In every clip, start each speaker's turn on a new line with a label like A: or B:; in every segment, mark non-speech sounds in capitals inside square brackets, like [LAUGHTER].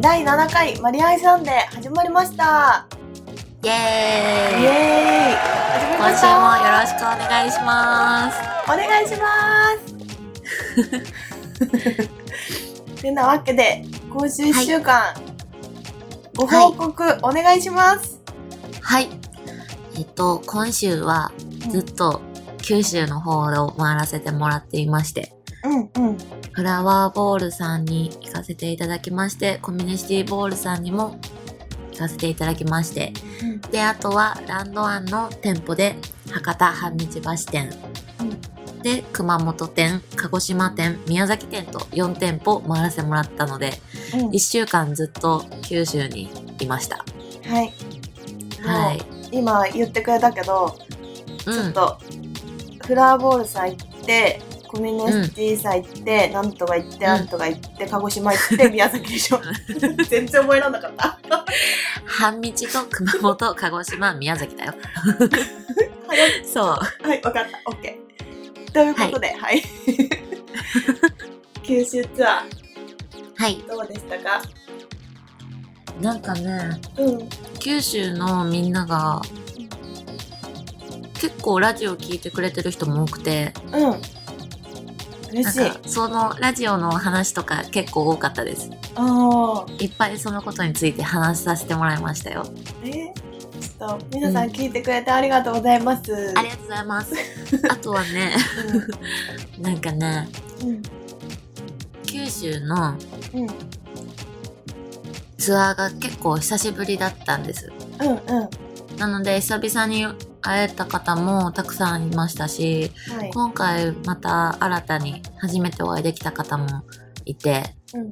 A: 第7回マリアイサンデー始まりました
B: イ
A: イエー
B: エーイ
A: イ始まり
B: 今
A: まし
B: 週も
A: た
B: よろしくお願いします
A: お願いしますてなわけで今週1週間、ご報告お願いします、
B: はいえっと今週はずっと九州の方を回らせてもらっていまして
A: うんうん
B: フラワーボールさんに行かせていただきましてコミュニティボールさんにも行かせていただきまして
A: うん
B: であとはランドワンの店舗で博多半日橋店、で熊本店鹿児島店宮崎店と4店舗回らせてもらったので
A: うん
B: 1週間ずっと九州にいました
A: はい
B: はい、
A: 今言ってくれたけど
B: う
A: ちょっ
B: ん、
A: と、フラワーボールさん行って、コミュニティさん行って、なんとか行って、
B: うん
A: なんとか行って、鹿児島行
B: [LAUGHS]
A: って、宮崎でしょ。 [LAUGHS] 全然覚えらんなかった。
B: 半日と熊本鹿児島宮崎だよ
A: 早い
B: そう
A: はい、わかった。オッケー。ということで、はい。九州ツア
B: はい
A: ー、どうでしたか
B: なんかね
A: うん。
B: 九州のみんなが結構ラジオ聞いてくれてる人も多くて
A: うん。嬉
B: なん
A: しい。
B: かそのラジオの話とか結構多かったです
A: ああ。
B: いっぱいそのことについて話させてもらいましたよ。
A: えちょっと、皆さん聞いてくれてありがとうございます。
B: ありがとうございます。あとはね、なんかね、
A: うん。
B: 九州の
A: うん。うん。
B: ツアーが結構久しぶりだったんです。
A: うん。うん。は
B: なので、久々に会えた方もたくさんいましたし、
A: い。
B: 今回また新たに初めてお会いできた方もいて、
A: うん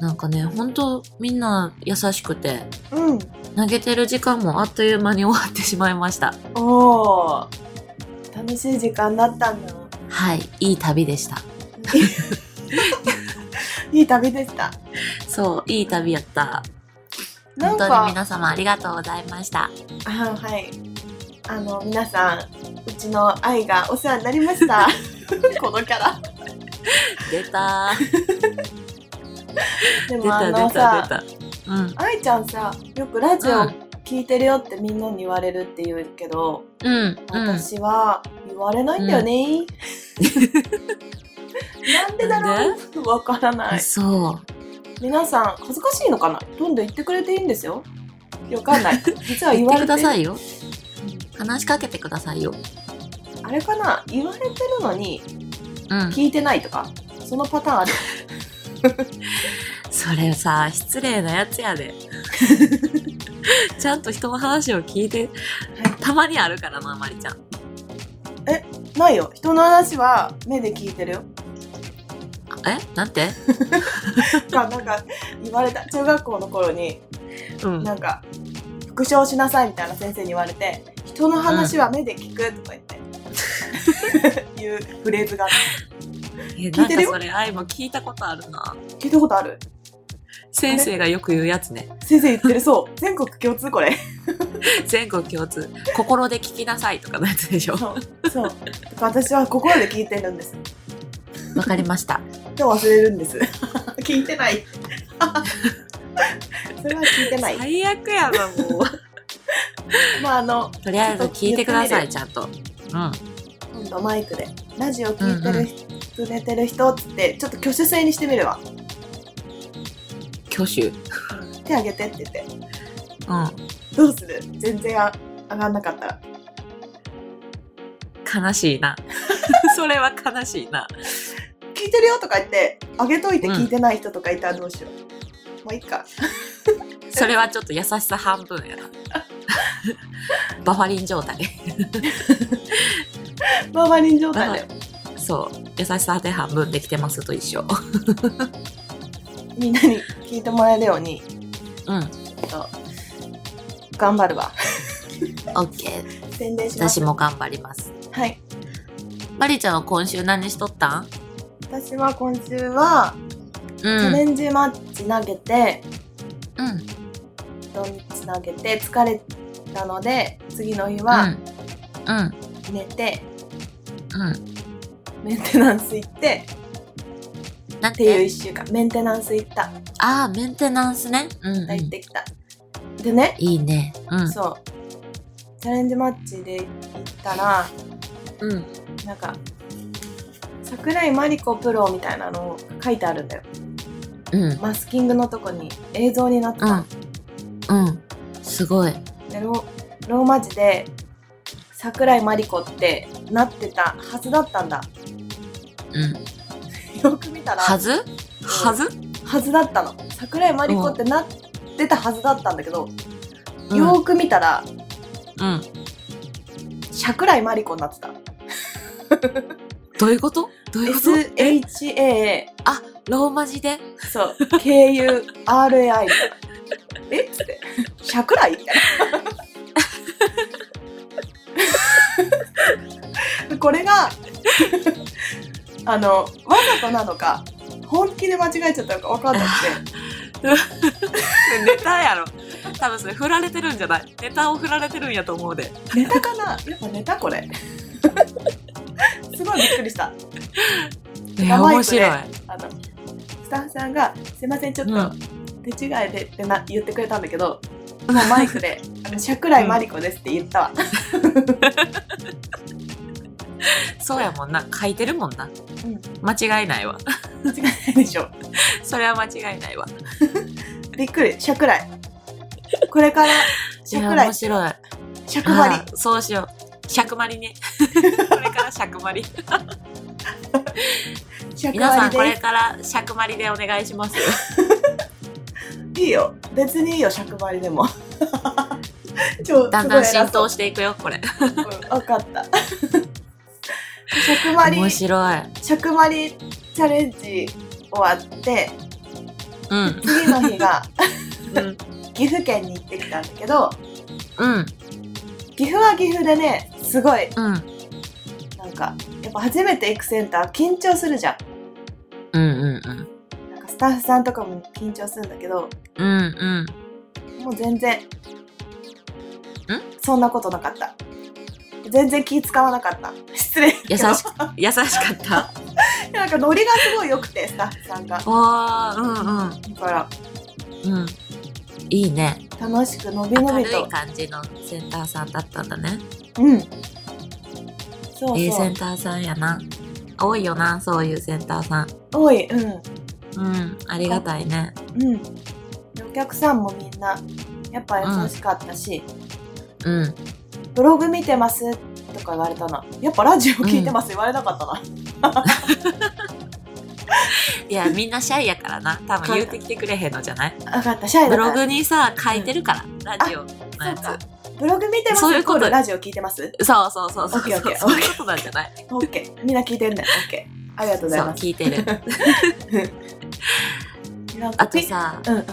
B: なんかね、ほんとみんな優しくて、
A: うん。
B: 投げてる時間もあっという間に終わってしまいました。
A: おお楽しい時間だったんだ [LAUGHS] な
B: はい、いい旅でした。
A: いい旅でした
B: そう、いい旅やった。
A: な
B: 本
A: ん
B: 当に
A: か
B: 皆様ありがとうございました。
A: あはいあの皆さんうちの愛がお世話になりました
B: [LAUGHS]
A: このキャラ
B: 出た
A: [LAUGHS]
B: ー。
A: で
B: 出
A: もあ
B: た
A: の
B: 出た出
A: さ
B: た。うん。
A: 愛ちゃんさよくラジオ聞いてるよってみんなに言われるって言うけど、
B: うん。うん。
A: 私は言われないんだよね、 [LAUGHS] なんでだろうわからない
B: そう。
A: 皆さん恥ずかしいのかなどんどん言ってくれていいんですよわかん
B: [LAUGHS]
A: ない実は言
B: 言っ
A: われ
B: てく
A: て
B: ださいよ。話しかけてくださいよ。
A: あれかな言われてるのに
B: うん。
A: 聞いてないとかそのパターンある
B: それさ、失礼なやつや [LAUGHS] で。ちゃんと人の話を聞いて、たまにあるからな、まりちゃん。
A: ないよ人の話は目で聞いてるよ
B: えなんて
A: がなんか言われた中学校の頃に
B: うん。
A: なんか復唱しなさいみたいな先生に言われて人の話は目で聞くとか言って、
B: [LAUGHS]
A: いうフレーズがあっ
B: え
A: 聞
B: ないん
A: てる
B: か
A: よ
B: それ、愛も聞いたことあるな。
A: た聞いたことある
B: 先生がよく言うやつね。
A: 先生言ってるそう全国共通こ
B: [LAUGHS]
A: れ
B: 全国共通。心で聞きなさいとかのやつでしょ。
A: そうそうだから私は心で聞いてるんです
B: [LAUGHS] わかりました。
A: でも忘れるん
B: [LAUGHS]
A: です聞いてない [LAUGHS] それは聞いてない
B: 最悪やな、もう。
A: まああの
B: [LAUGHS] とりあえず聞いてください、
A: ち
B: ちゃんと。うん。
A: 今度マイクでラジオ聞いてる人、くれてる人っつってちょっと挙手制にしてみるわ
B: 挙手。
A: 手あげてって言って
B: う
A: どうする全然あ上がんなかったら
B: ん。悲しい [LAUGHS] な。それは悲しいな。
A: 聞いてるよとか言ってあげといて
B: うん
A: 聞いてない人とかいたらどうしよう、もういいか
B: それはちょっと優しさ半分 [LAUGHS] やな。バファリン状態。
A: バーバリン状態だよ
B: そう。優しさで半分できてますと一緒。
A: みんなに聞いてもらえるように
B: うん。
A: ちょっと頑張るわ
B: オッケー。
A: 宣伝します
B: 私も頑張ります。
A: はい
B: マリちゃんは今週何しとったん
A: 私は今週はチ
B: う
A: ャ
B: ん。
A: レンジマッチ投げて、
B: うん。
A: 人につなげて疲れたので次の日
B: うん
A: は。
B: うん。
A: 寝て、
B: うん。
A: メンテナンス行って
B: なん
A: っていう
B: て
A: 1週間メンテナンス行った
B: ああ、メンテナンスね。うん、うん。
A: 行っ
B: い
A: てきた、でね、
B: いね。うん。
A: そうチャレンジマッチで行ったら
B: うん。
A: なんか桜井真理子プロみたいなの書いてあるんだよ
B: うん。
A: マスキングのとこに映像になってた、
B: うん。うん。すごい。
A: でロローマ字で桜井真理子ってなってたはずだったんだ
B: うん。
A: よく見たら
B: はずはず
A: はずだったの桜井真理子ってなってたはずだったんだけど、
B: うん
A: よーく見たら
B: うん。
A: 桜井真理子になってた
B: どういうことどういうこと
A: SHA
B: あ、ローマ字で
A: そう KURAI みたいなえっつって桜井みたいなこれがあのわざとなのか本気で間違えちゃったのか分かんなくて
B: [LAUGHS] ネタやろ。多分それ振られてるんじゃないネタを振られてるんやと思うで。
A: ネタかなやっぱネタこれすごいびっくりした
B: え
A: やばい
B: 面白い。
A: あのスタッフさんが「すいませんちょっ
B: う
A: と手違いで」ってな言ってくれたんだけどもうマイクで「あの桜井真理子です」って言ったわ、
B: そうやもんな。書いてるもんな。
A: うん、
B: 間違いないわ。 [LAUGHS]
A: 間違いないでしょ
B: それは間違いないわ。
A: びっくり桜井これから
B: いや、
A: 桜井
B: 面白い。
A: 尺張
B: ああそうしよう。尺張り [LAUGHS] ね。これから [LAUGHS] 尺張り。
A: り尺
B: 皆さん、こ
A: 張り
B: れから尺張りでお願いし [LAUGHS] ます。
A: でいいよ別にいいよ尺張りでも [LAUGHS] ちょ
B: だんだん浸透
A: し
B: していくよ、これ。
A: て分かった尺張り
B: 面白い。
A: 尺張りチャレンジ終わって
B: うん。
A: 次の日が
B: うん。
A: 岐阜県に行ってきたんだけど
B: うん。
A: 岐阜は岐阜でねすごい
B: うん。
A: なんかやっぱ初めて行くセンター緊張するじゃ
B: うん。うん。
A: んなんかスタッフさんとかも緊張するんだけど
B: うん。うん。
A: もう全然そんなことなかった全然気使わなかった失礼 [LAUGHS]
B: 優し [LAUGHS] く、優しかった。
A: なんかノリがすごい良くてスタッフさんがだ
B: おー、
A: から
B: うんうん。うん。いいね。
A: 楽しくのびの
B: 明
A: び
B: る
A: と
B: い感じのセンターさんだったんだね。
A: うんそうそう、
B: ええセンターさんやな。多いよな、そういうセンターさん。
A: 多いうん
B: うん。ありがたいね。
A: うんでお客さんもみんなやっぱ優しかったし、
B: うん。
A: ブログ見てますとか言われたなやっぱラジオ聞いてます言われなかったな、
B: いや、みんなシャイやからな。多分
A: そう
B: 言うてきてくれへんのじゃない
A: 分かったシャイ
B: ブ
A: だから
B: ログにさ、書いてるから、ラジオのや
A: そうか
B: つ。
A: ブログ見てます
B: そういうこと
A: イコールラジオ聞いてます
B: そうそうそうそう。
A: オッケーオッケー
B: そういうことなんじゃない
A: ?OK みんな聞いてんね OK ありがとうござい
B: そう、
A: ます
B: 聞いてる。
A: なんか
B: あとさ、
A: うんうんうん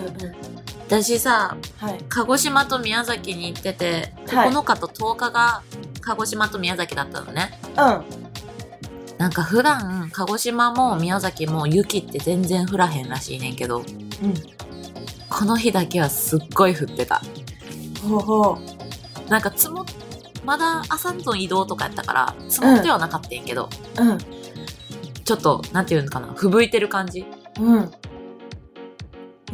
B: 私さ、
A: はい
B: 鹿児島と宮崎に行ってて、
A: はい
B: 9日と10日が鹿児島と宮崎だったのね。
A: う
B: なんか普段、鹿児島も宮崎も雪って全然降らへんらしいねんけど、
A: んうん
B: この日だけはすっごい降ってた。
A: ほうほ
B: なんか積もっ、まだ朝の移動とかやったから、積もってはなかったんやけど、
A: ううん
B: ちょっと、なんていうのかな、吹雪いてる感じ。
A: うん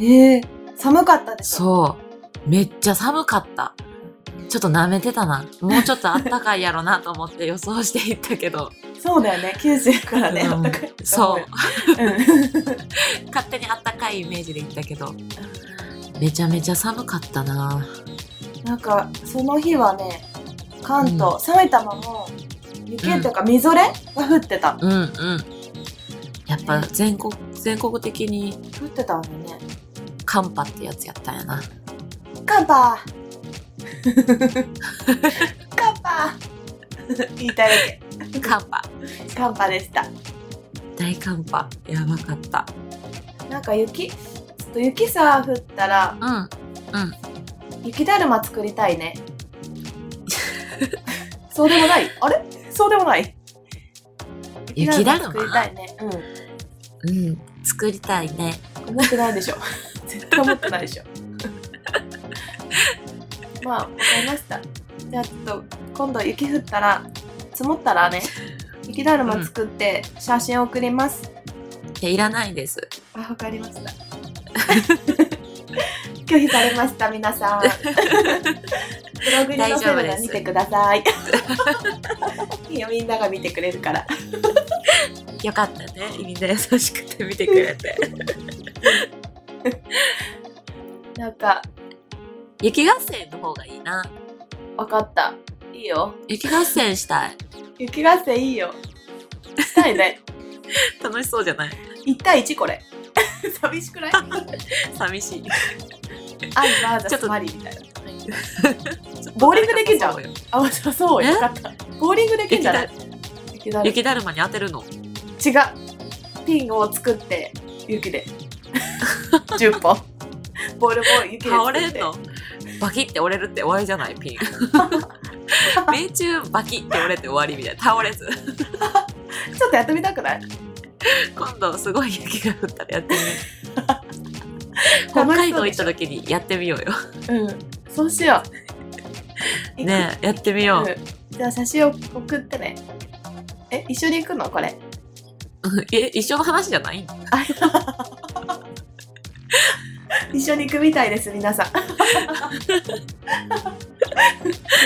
A: えー、寒かったでしょ
B: そう。めっちゃ寒かった。ちょっと舐めてたな。もうちょっとあったかいやろなと思って予想していったけど。
A: そうだよね九州からね、
B: うん
A: あったかいと思ようん
B: 勝手にあったかいイメージでいったけど。めちゃめちゃ寒かったな
A: なんかその日はね関東、埼玉も雪っていうかみぞれが降ってた、
B: うんうん。やっぱ全国、全国的に
A: 降ってたんだよね
B: 寒波ってやつやったんやな。
A: カンパーカンパー言いたいだけ
B: 寒波。
A: カンパでした
B: 大寒波。やばかった。
A: なんか雪ちょっと雪さ降ったら
B: うん。
A: 雪だるま作りたいねそうでもないあれそうでもない
B: 雪だるま
A: 作りたいね
B: うん。作りたいね。
A: うん思ってない [LAUGHS] でしょ絶対思ってないでしょまあわかりましたじゃあちょっと今度雪降ったら積もったらね雪だるま作って写真送ります、
B: や、いらないです。
A: あ、わかりました。 [LAUGHS] 拒否されました、皆 [LAUGHS] さん。ブログに載せるので見てください。 [LAUGHS] いいよ、みんなが見てくれるから。
B: よかったね。みんな優しくて見てくれて。
A: なんか、
B: [LAUGHS] 雪合戦の方がいいな。
A: わかった。いいよ。
B: 雪合戦したい。
A: 雪合戦いいよ。したいね。
B: 楽しそうじゃない
A: 1対1これ。 [LAUGHS] 寂しくない
B: 寂しい。
A: 愛バー
B: ち
A: ザ
B: ょっ
A: ス
B: と
A: マリーみたいな。
B: [LAUGHS]
A: ボーリングできんじゃん
B: そうよ
A: あ、またそうよ。
B: え
A: よかった。ボーリングできんじゃない雪だる
B: 雪だるまに当てるの。
A: 違うピンを作って雪
B: [LAUGHS]
A: で10本ボールも雪で作
B: 倒
A: っ
B: れ
A: て [LAUGHS]
B: んのバキって折れるって終わりじゃないピン。 [LAUGHS] 命中バキって折れて終わりみたいな。倒れず。
A: ちょっとやってみたくない
B: 今度すごい雪が降ったらやってみよ [LAUGHS] う。北
A: 楽し
B: 海
A: そう
B: 道行
A: でし
B: っ
A: ょ
B: た時にやってみようよ。
A: うんそうしよう
B: ねえやってみよう。
A: うんじゃあ写真を送ってねえ一緒に行くのこれ
B: うん [LAUGHS] え、一緒の話じゃない
A: 一緒に行くみたいです皆さんす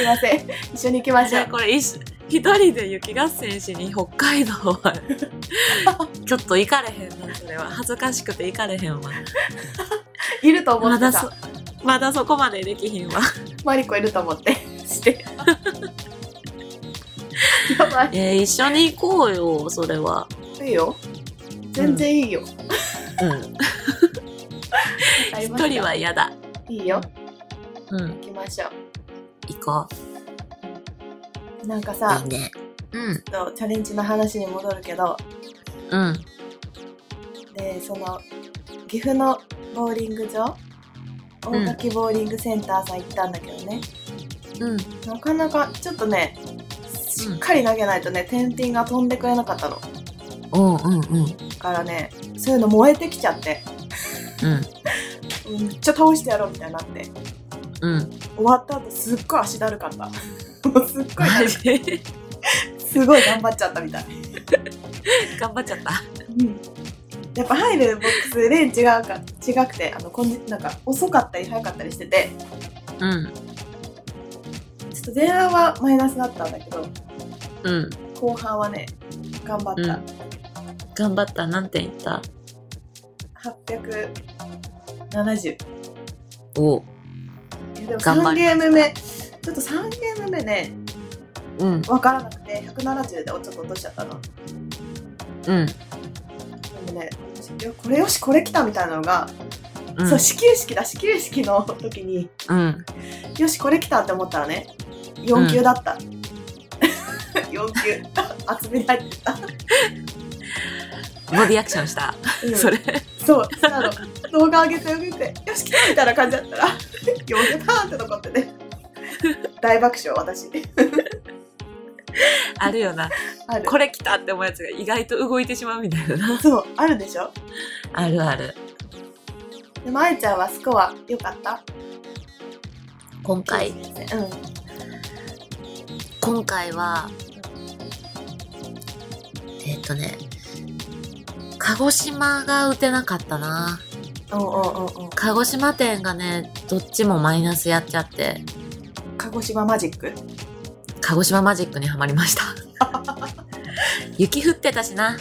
A: いません一緒に行きまし
B: じ
A: ょ
B: ゃあこれ一緒一人で雪合戦しに北海道 [LAUGHS] はちょっと行かれへんなそれは恥ずかしくて行かれへんわ
A: ういると思っ
B: ま
A: て
B: だそ
A: さ
B: まだそこまでできひんわ
A: マリコいると思ってしてやばい
B: えー一緒に行こうよそれはい
A: いよ全然いいよ、
B: うん
A: わかりました
B: 一人は嫌だ
A: いいよ
B: うん
A: 行きましょ
B: 行こ
A: うなんか
B: う
A: さ
B: いいねうん
A: ちょっとチャレンジの話に戻るけど
B: うん
A: でその岐阜のボーリング場
B: うん
A: 大垣ボーリングセンターさん行ったんだけどね、
B: うん
A: なかなかちょっとねしっかり投げないとね天秤が飛んでくれなかったのだ
B: おううんうんうん
A: からねそういうの燃えてきちゃってうんめっちゃ倒してやろうみたいになって
B: うん
A: 終わった後すっごい足だるかった [LAUGHS] もうすっごい
B: マジで
A: すごい頑張っちゃったみたい
B: 頑張っちゃった
A: うんやっぱ入るボックスレーン違うか違くてあのこんじなんか遅かったり早かったりしてて
B: うん
A: ちょっと前半はマイナスだったんだけど
B: うん
A: 後半はね頑張った、
B: うん頑張ったなんて言った
A: 870
B: おう
A: えでも
B: 頑張
A: 3
B: り
A: ゲーム目ちょっと3ゲーム目ね
B: うん
A: 分からなくて170でちょっと落としちゃったの
B: うん
A: でもねいやこれよしこれ来たみたいなのが、
B: うん
A: そう始球式だ始球式の時に
B: うん
A: よしこれ来たって思ったらね4級だった、4級 [LAUGHS] 厚みに入ってた、
B: ボディアクションした
A: うん
B: [LAUGHS] それ
A: そうあの動画上げて上げてよし来たみたいな感じだったら4級パーンって残ってね大爆笑私
B: あるよな
A: ある
B: これ来たって思うやつが意外と動いてしまうみたいな
A: そうあるでしょ
B: あるある
A: でもあいちゃんはスコア良かった
B: 今回
A: うん
B: 今回はえっとね鹿児島が打てなかったな
A: おうおうおうおう
B: 鹿児島店がねどっちもマイナスやっちゃって
A: 鹿児島マジッ
B: [LAUGHS]
A: ク
B: 鹿児島マジックにはまりました
A: [LAUGHS]
B: 雪降ってたしな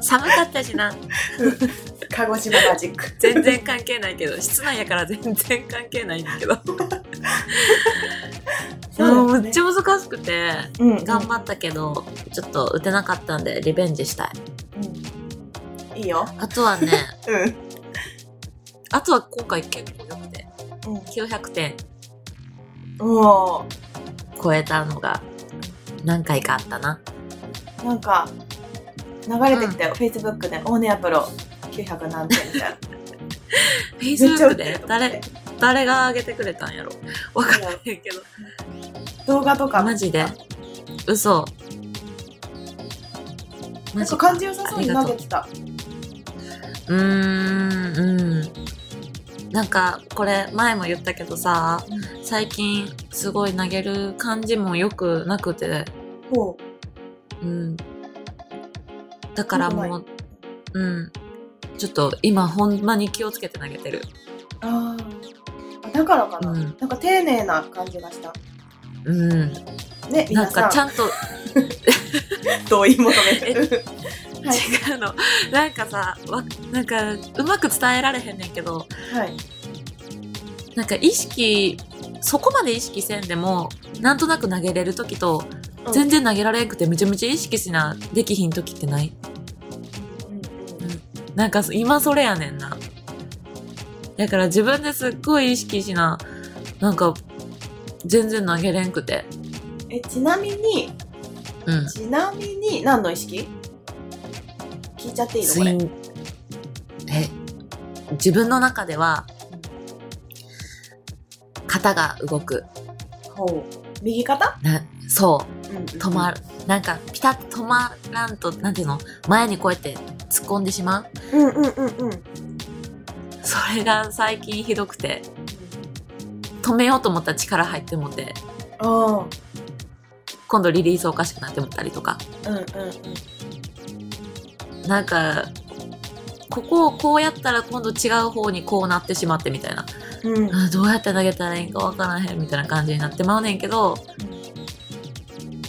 B: 寒かったしな
A: 鹿児島マジック
B: 全然関係ないけど室内やから全然関係ないんだけどもうめっちゃ難しくて
A: うんうん
B: 頑張ったけど、ちょっと打てなかったんでリベンジしたい
A: いいよ
B: あとは
A: [LAUGHS]
B: ね
A: うん
B: あとは今回結構良くて
A: うん
B: 900点
A: おー
B: 超えたのが何回かあったな
A: なんか流れてきたよ、Facebook で「オーネアプロ900何点」みたい
B: [LAUGHS]
A: な
B: Facebook
A: 売
B: で
A: と思って
B: 誰誰が上げてくれたん
A: [LAUGHS]
B: やろわからへんけど
A: 動画とか
B: マジで嘘マ
A: なん
B: ジ
A: か
B: か
A: 感じ良さそうに投げてた
B: うーんうんなんかこれ前も言ったけどさ最近すごい投げる感じもよくなくて
A: ほう
B: うん。だからもう、うん。ちょっと今ほんまに気をつけて投げてる。
A: ああだからかな、
B: うん
A: なんか丁寧な感じがした
B: うん。
A: ね
B: な
A: 皆
B: ん
A: さ
B: かち
A: ん
B: ゃんと
A: 同意求めてるはい
B: 違うの。なんかさ、わなんかうまく伝えられへんねんけど、
A: [LAUGHS] はい
B: なんか意識、そこまで意識せんでも、なんとなく投げれる時と、
A: うん
B: 全然投げられんくてめちゃめちゃ意識しな、できひん時ってない
A: うんうん
B: なんか今それやねんな。だから自分ですっごい意識しな、なんか全然投げれんくて。
A: えちなみに
B: うん。
A: ちなみに何の意識聞いちゃっていいの
B: ス
A: こ
B: イ
A: れ
B: ンえ、自分の中では、肩が動く。
A: ほう右肩、
B: なそ
A: うんうん
B: う、止まる。なんか、ピタッと止まらんと、なんていうの前にこうやって突っ込んでしま
A: う
B: う
A: んうんうんうん
B: それが最近ひどくて、止めようと思ったら力入ってもって、
A: あ
B: 今度リリースおかしくなってもったりとか。
A: あうんうんうん
B: なんか、ここをこうやったら今度違う方にこうなってしまってみたいな。
A: うん
B: あどうやって投げたらいいんかわからへんみたいな感じになってまうねんけど、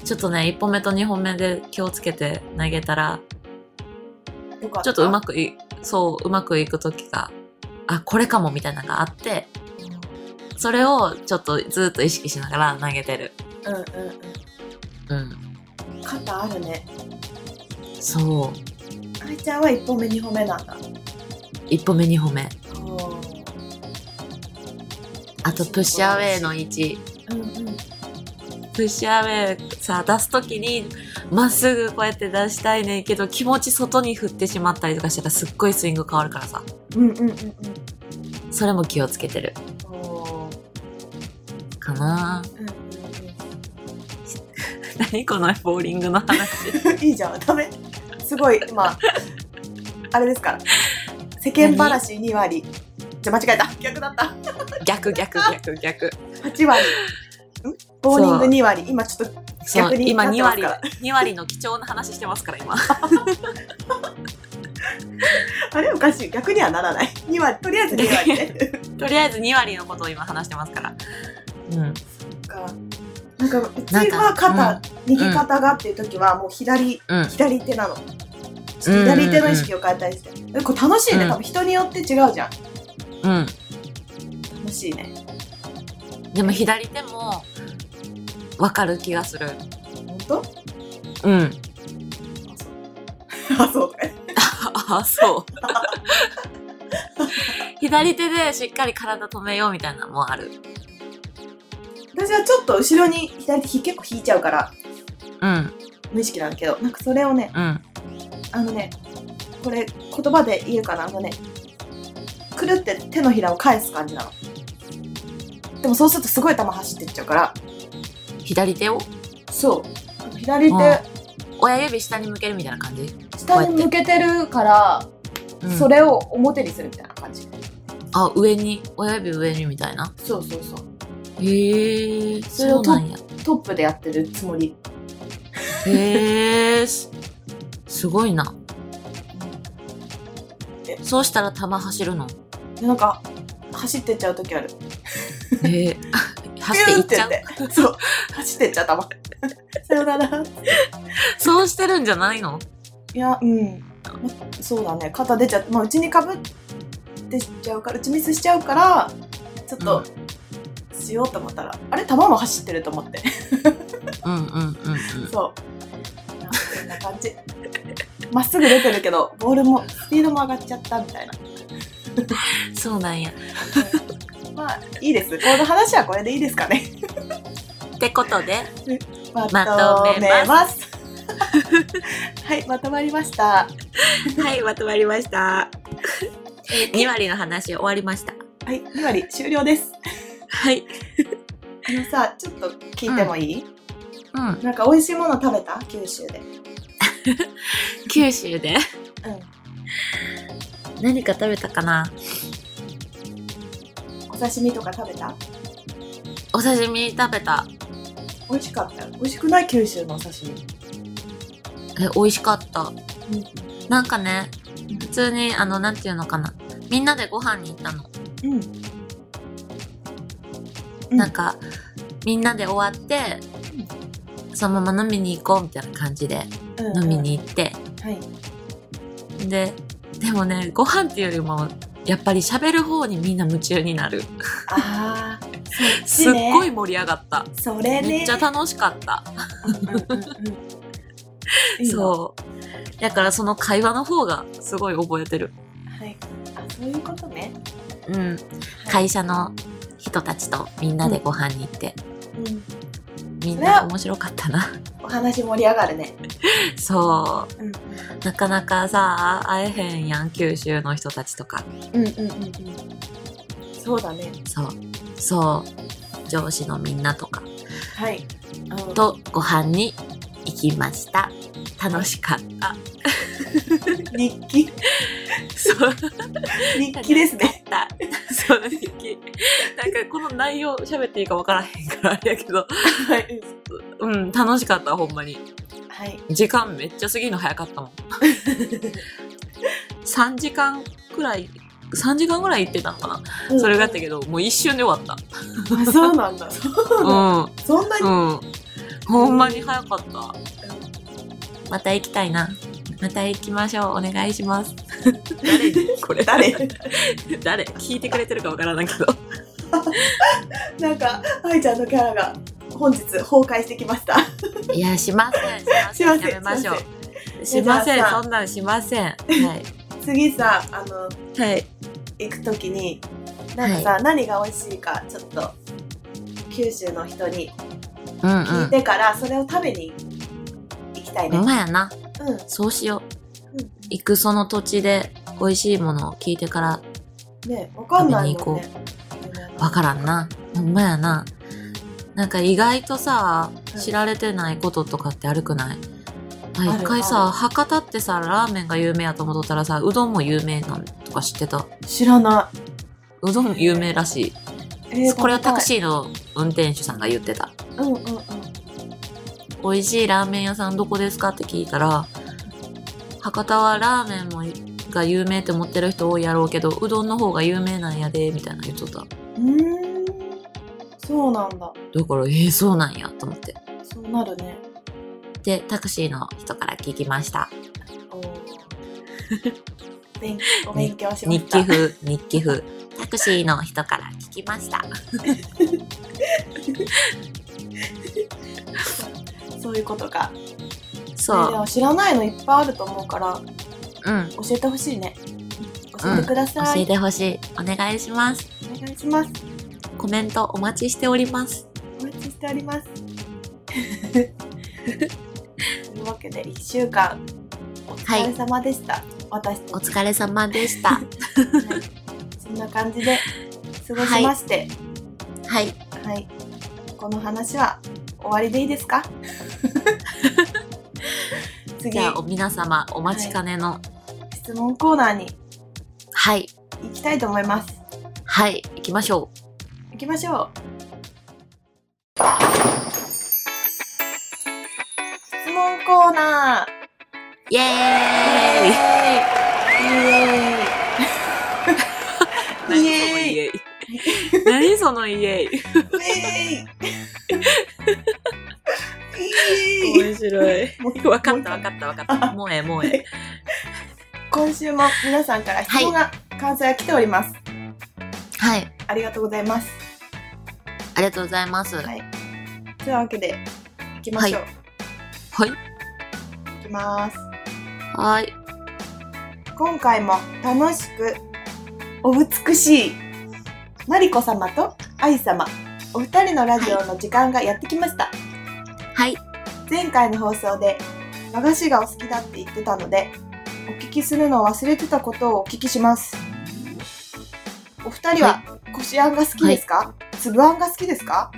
B: ちょっとね、1本目と2本目で気をつけて投げたら、
A: よかた
B: ちょっとうまくい、そう、うまくいくときが、あ、これかもみたいなのがあって、それをちょっとずっと意識しながら投げてる。
A: うんうんう
B: うん。
A: ん肩あるね
B: そ
A: あいちゃんは1本目2本目なんだ
B: う。1本目2本目。
A: ほ
B: あと、プッシュアウェイの位置。
A: ううんうん
B: プッシュアウェイさ、出すときに、まっすぐこうやって出したいねんけど、気持ち外に振ってしまったりとかしたらすっごいスイング変わるからさ。
A: うんうんうんうん
B: それも気をつけてる。
A: ほ
B: かな
A: ううんうん
B: ぁ何このボーリングの話。
A: うん [LAUGHS] いいじゃんダメすごい
B: [LAUGHS]
A: 今あれですから世間話2割じゃ間違えた逆だった
B: 逆逆逆逆。
A: 8割んボーリング2割今ちょっと
B: そう
A: 逆に
B: 今
A: なって
B: 2
A: ます
B: 割
A: から、
B: 2割の貴重な話してますから今。 [LAUGHS]
A: あれおかしい逆にはならない2割とりあえず2割ね
B: [LAUGHS] とりあえず2割のことを今話してますから。うん。
A: かなんかうちは肩、
B: うん
A: 右肩がっていう時はもう左、
B: うん
A: 左手なのちょっと左手の意識を変えたりして、えこれ楽しいね、
B: うん
A: 多分人によって違うじゃん楽
B: うん。
A: しいね
B: でも左手も、わかる気がする。
A: 本当あ [LAUGHS]
B: うん。
A: そうあそうかい
B: あ、そう。左手でしっかり体止めようみたいなのもある。
A: 私はちょっと後ろに左手結構引いちゃうから
B: うん、
A: 無意識なんだけどなんかそれをね
B: うん。
A: あのねこれ言葉で言うかなあのねくるって手のひらを返す感じなのでもそうするとすごい球走ってっちゃうから
B: 左手を
A: そうあの左手
B: うん親指下に向けるみたいな感じ、
A: 下に向けてるから、
B: うん
A: それを表にするみたいな感じ
B: あ、上に、親指上にみたいな。
A: そうそうそう
B: へえ、
A: それ
B: そう
A: をと
B: なんや。
A: トップでやってるつもり
B: へえ、すすごいな。
A: え
B: そうしたら球走
A: [LAUGHS]
B: るの。
A: でなんか走ってっちゃう時ある
B: へえ、 [LAUGHS] 走っていっちゃう
A: ピ。ューンって言ってそう走ってっちゃう
B: [LAUGHS]
A: たまさよなら
B: そうしてるんじゃないの
A: いやうんそうだね肩出ちゃってまあうちにかぶってしちゃうからうちミスしちゃうからちょっと、しようと思ったらあれ球も走ってると思って [LAUGHS]
B: うんうんうんうん。
A: そうなんかそんな感じまっすぐ出てるけどボールもスピードも上がっちゃったみたいな [LAUGHS]
B: そうなんや。
A: まあいいです。この話はこれでいいですかね。
B: ってこと [LAUGHS] で、
A: [LAUGHS] ま
B: とめ
A: ます [LAUGHS] はい、まとまりました。
B: はい、まとまりました。2割の話終わりました。
A: はい、2割終了です。
B: はい。
A: あのさ、ちょっと聞いてもいい、
B: うん。
A: なんか美味しいもの食べた九州で。
B: 九州で
A: う。
B: 何か食べたかなん
A: お刺身とか食べた
B: お刺身食べた。
A: 美味しかったよ。美味しくない九州のお刺身。
B: え、美味しかった。
A: うん。
B: なんかね、普通に、あの、なんていうのかな。みんなでご飯に行ったの。
A: うん。うん
B: なんか、みんなで終わって、そのまま飲みに行こうみたいな感じで
A: うん
B: 飲み。に行って。
A: はい。
B: で、でもね、ご飯っていうよりも、やっぱり喋る方にみんな夢中になる。
A: ああ、
B: すっ
A: ね
B: ごい盛り上がった。
A: それね。
B: めっちゃ楽しかった。
A: うんうんうんいいの
B: そう。だからその会話の方がすごい覚えてる。
A: はい。あ、そういうことね。
B: うん。
A: はい。
B: 会社の人たちとみんなでご飯に行って、
A: うん。
B: みんな面白かったな。
A: お話盛り上がるね。
B: そう
A: うん。
B: う。なかなかさ、会えへんやん、九州の人たちとか。
A: うんうんうんうん。そうだね。
B: そう。そう。上司のみんなとか
A: はい。あの
B: とご飯に行きました。楽しかった。
A: 日記、
B: そう。
A: 日記ですね。
B: [LAUGHS] だ。そうだ、日記なんかこの内容喋っていいかわからへんからあれやけど、
A: はい。
B: うん、楽しかった、ほんまに。
A: はい。
B: 時間めっちゃ過ぎるの早か [LAUGHS] ったもん。3時間くらい、3時間くらい行ってたのかな、それがやったけど、もう一瞬で終わっ
A: あそうなん
B: [LAUGHS]
A: だ。
B: た。うん、
A: そんなに、
B: うん。ほんまに早かった。また行きたいな。また行きましょう。お願いします。誰にこれ
A: 誰
B: 誰聞いてくれてるかわからないけど。
A: なんか、愛ちゃんのキャラが本日崩壊してきま
B: [LAUGHS]
A: した。
B: いや、しません。
A: すいません。
B: やめま [LAUGHS] しょ
A: すいま
B: う。しませ
A: じ
B: ん。
A: ゃあさ
B: そんなんしませ
A: [LAUGHS]
B: ん。はい。
A: せん次さ、あの、
B: はい。
A: 行くときに、なんかさ、何が美味しいか、ちょっと、九州の人に
B: うんう
A: 聞い
B: ん。
A: てから、それを食べに行きたいね。
B: ほ
A: うんん。
B: まやな。そうしよう。行くその土地で美味しいものを聞いてから
A: ねわかんない
B: 食
A: もん
B: べ
A: ね。
B: わからんな。ほんまやな。なんか意外とさ
A: うん、
B: 知られてないこととかってあるくない、
A: る
B: あ一回
A: ある
B: さ、博多ってさ、ラーメンが有名やと思っとったらさ、うどんも有名なんとか知ってた。
A: 知らな
B: うどん有名らし
A: い。
B: い。
A: え
B: これはタク
A: ー。
B: シーの運転手さんが言ってた。
A: うんうんうん。
B: 美味しいラーメン屋さんどこですかって聞いたら、博多はラーメンもが有名って思ってる人多いやろうけど、うどんの方が有名なんやで、みたいな言っとった。
A: うーん。そうなんだ。
B: だから、えー、そうなんや、と思って。
A: そうなるね。
B: で、タクシーの人から聞きました。
A: お
B: [LAUGHS]
A: ー勉お勉強しま
B: 日
A: した。
B: 記風、日記風。タクシーの人から聞きました。
A: そういうことか。ねで
B: そ
A: も知らないのいっぱいあると思うから、
B: う。うん。
A: 教えてほしいね。教えてくだ
B: 教
A: さい。
B: えてほしい。お願いします。
A: お願いします。
B: コメントお待ちしております。
A: お待ちしております。というわけで、1週間、お疲れ様でした。私
B: お
A: たち。
B: 疲れ様で [LAUGHS] した。
A: はいそんな感じで、過ごしまして、
B: はい。
A: はい、この話は終わりでいいです
B: [LAUGHS]
A: か次
B: じ、ゃあ、お皆様、お待ちかねの、
A: 質問コーナーに
B: はい。
A: 行きたいと思います。
B: はい。行きましょ
A: 行きましょう。質問コーナー
B: う。イ
A: イエーイイエーイ
B: エー
A: イエ
B: イ
A: ーイイエーイ
B: エーイ何そのイエーイ
A: イエーイ
B: 面白い。
A: もう一回
B: わかったわかったわかった。もうええもうええ。
A: 今週も皆さんから質問が、感想が来ております。
B: はい。
A: ありがとうございます。
B: ありがとうございます。
A: はいというわけで、行きましょう。
B: はい。
A: 行きます。
B: はい。
A: 今回も楽しく、お美しい、マリコ様と愛様、お二人のラジオの時間がやってきました。
B: はい。
A: 前回の放送で和菓子がお好きだって言ってたのでお聞きするのを忘れてたことをお聞きしますお二人はこしあんが好きですか、粒あんが好きですか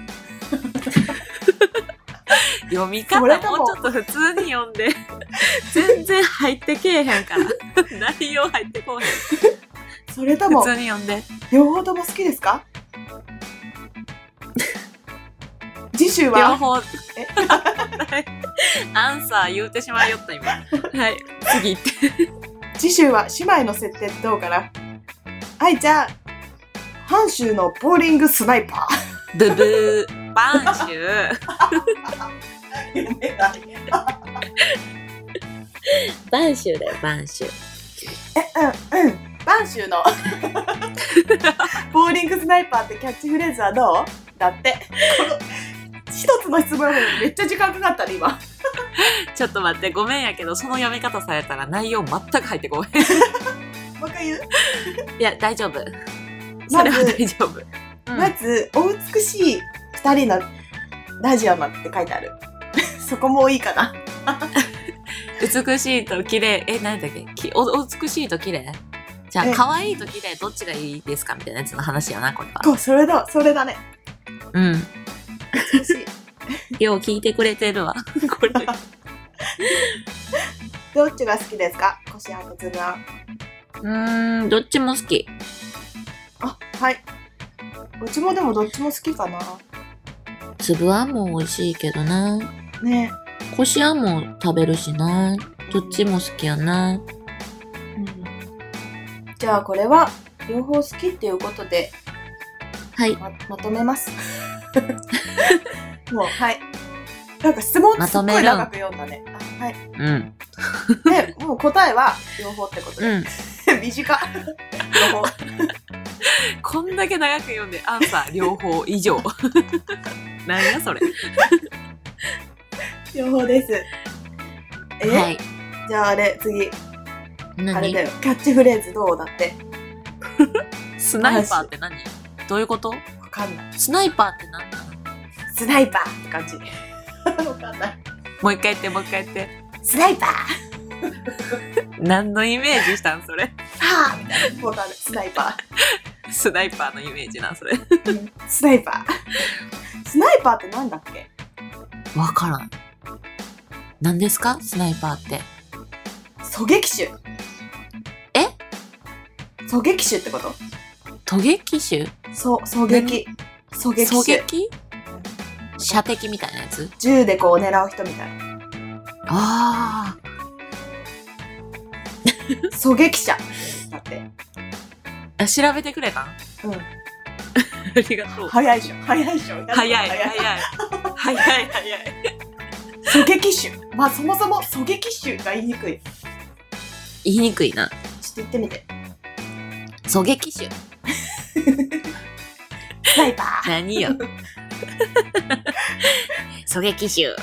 B: 読み
A: そ
B: 方もう
A: れ
B: ち
A: とも
B: ょっと普通に読んで。全然入ってけえへんから。 [LAUGHS] 内容入ってこうへん。
A: それとも
B: 普通に読んで。
A: 両方とも好きです
B: [LAUGHS]
A: か次週
B: 両
A: は
B: 方。
A: え
B: [LAUGHS] アンサー言うてしまいよった今。はい。次行って。
A: 次週は姉妹の設定どうかな愛ちゃん阪州のボーリングスナイパ
B: ブ
A: [LAUGHS]
B: ブー。バンシュー。
A: ー [LAUGHS] 読めない
B: バンシューだよ、バンシュー。
A: うんうん播州の [LAUGHS] ボーリングスナイパーってキャッチフレーズはどうだってこの一つの質問なのにめっちゃ時間かかったね今
B: ちょっと待って、ごめんやけど、その読み方されたら内容全く入ってこない。 [LAUGHS]
A: もう一回言う
B: いや、大丈夫。そ
A: ま
B: れは
A: ず
B: 大丈夫。うん
A: まず、お美しい二人のラジアマって書いてある。 [LAUGHS] そこもいいかな。
B: 美しいと綺麗え、何だっけきおお美しいと綺麗じゃあ
A: え、
B: 可愛いと綺麗どっちがいいですかみたいなやつの話やな、これは。
A: こう、それだ、それだね。
B: うん。
A: 美しい。
B: よう聞いてくれ
A: [LAUGHS]
B: てるわ。これ。
A: どっちが好きですかコシアンとズブアン。
B: うーん、どっちも好き。
A: あ、はい。うちもでもどっちも好きかな。
B: つぶあんも美味しいけどな。
A: ね
B: こしあんも食べるしな。どっちも好きやな。
A: え。うん。じゃあ、これは、両方好きっていうことで、
B: はい。
A: ま、まとめ
B: [LAUGHS]
A: ます。もう、はい。なんか質問すっ
B: まと
A: ご
B: め
A: い
B: る
A: 長く読んだね。あはい。
B: うん。
A: で、もう答えは、両方ってことで。
B: うん。
A: [LAUGHS] 短っ両方
B: こんだけ長く読んで、アンサー両方以 [LAUGHS] 上。なんやそれ。
A: 両方ですえ、
B: はい。
A: じゃああれ次あれだ
B: 何
A: よキャッチフレーズどうだって
B: スナイパーって何どういうこと
A: わかんない
B: スナイパーって何なの
A: スナイパーって感じ [LAUGHS] わかんない
B: もう一回言って、もう一回言って。
A: スナイパーは
B: 何のイメージしたんそ [LAUGHS] れ。
A: あみたい [LAUGHS] なわかんないスナイパ
B: スナイパーのイメージなんそれ。
A: ースナイパースナイパーってなんだっけ
B: わからん。何ですかスナイパーって。
A: 狙撃手
B: え
A: 狙撃手ってこと
B: 狙撃手
A: そう狙撃狙撃
B: 狙
A: 手
B: 撃射的みたいなやつ
A: 銃でこう狙う人みた
B: [LAUGHS]
A: いな
B: ああ。
A: 狙撃者だって
B: あ調べてくれたん [LAUGHS]
A: うん。
B: ありがとう。
A: 早いでしょ早いでしょ
B: 早い、 [LAUGHS] 早い。早い、早い。
A: 狙撃手まあそもそも狙撃手が言いにくいちょ
B: 言いにくいな。
A: っと言ってみて
B: 狙撃手。
A: スナイパー [LAUGHS]
B: 何よ。狙撃
A: [LAUGHS]
B: 手。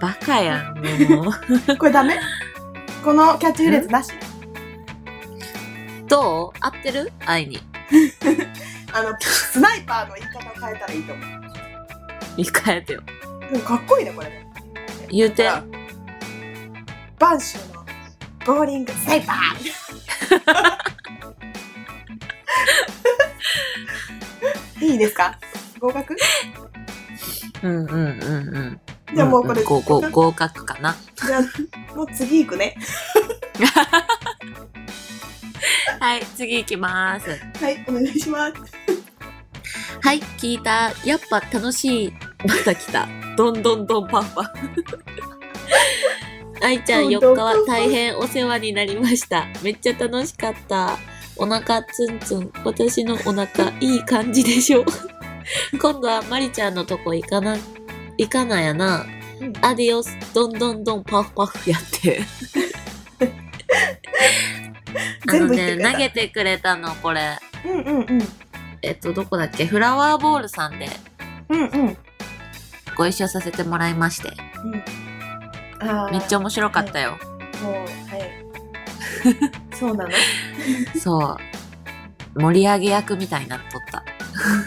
B: バカやん、もう。
A: これダメこのキャッチフレーズなし
B: どう合ってる愛に。
A: あのスナイパーの言い方を変えたらいいと思
B: 言い換えてよ。
A: うでもかっこいいねこれね
B: 言うて。
A: バンシュのボーリングスナイパーいいですか合格
B: うんうんうんうん。
A: じゃあもうこれ、
B: んんごご合格かな。
A: じゃあもう次行くね
B: はい、次行きます。
A: はいお願いします
B: はい、聞いた。やっぱ楽しい。また来た。どんどんどんパン
A: [LAUGHS]
B: パン。愛ちゃん
A: どん
B: 4
A: どんパン
B: 日
A: パン
B: は大変お世話になりました。めっちゃ楽しかった。お腹ツンツン。私のお腹いい感じでしょ。 [LAUGHS] 今度はマリちゃんのとこ行かな、行かなやな。
A: うん
B: アディオス、どんどんどんパフパフやって。あ
A: 全
B: の
A: 部言ってく
B: ね、
A: れ
B: 投げてくれたの、これ。
A: たうんうんうん
B: えっと、どこだっけフラワーボールさんで
A: うんうん
B: ご一緒させてもらいまして。
A: うん、あー
B: めっちゃ面白かったよ。
A: もうはいそうなの、
B: そう。盛り上げ役みたいになっとった。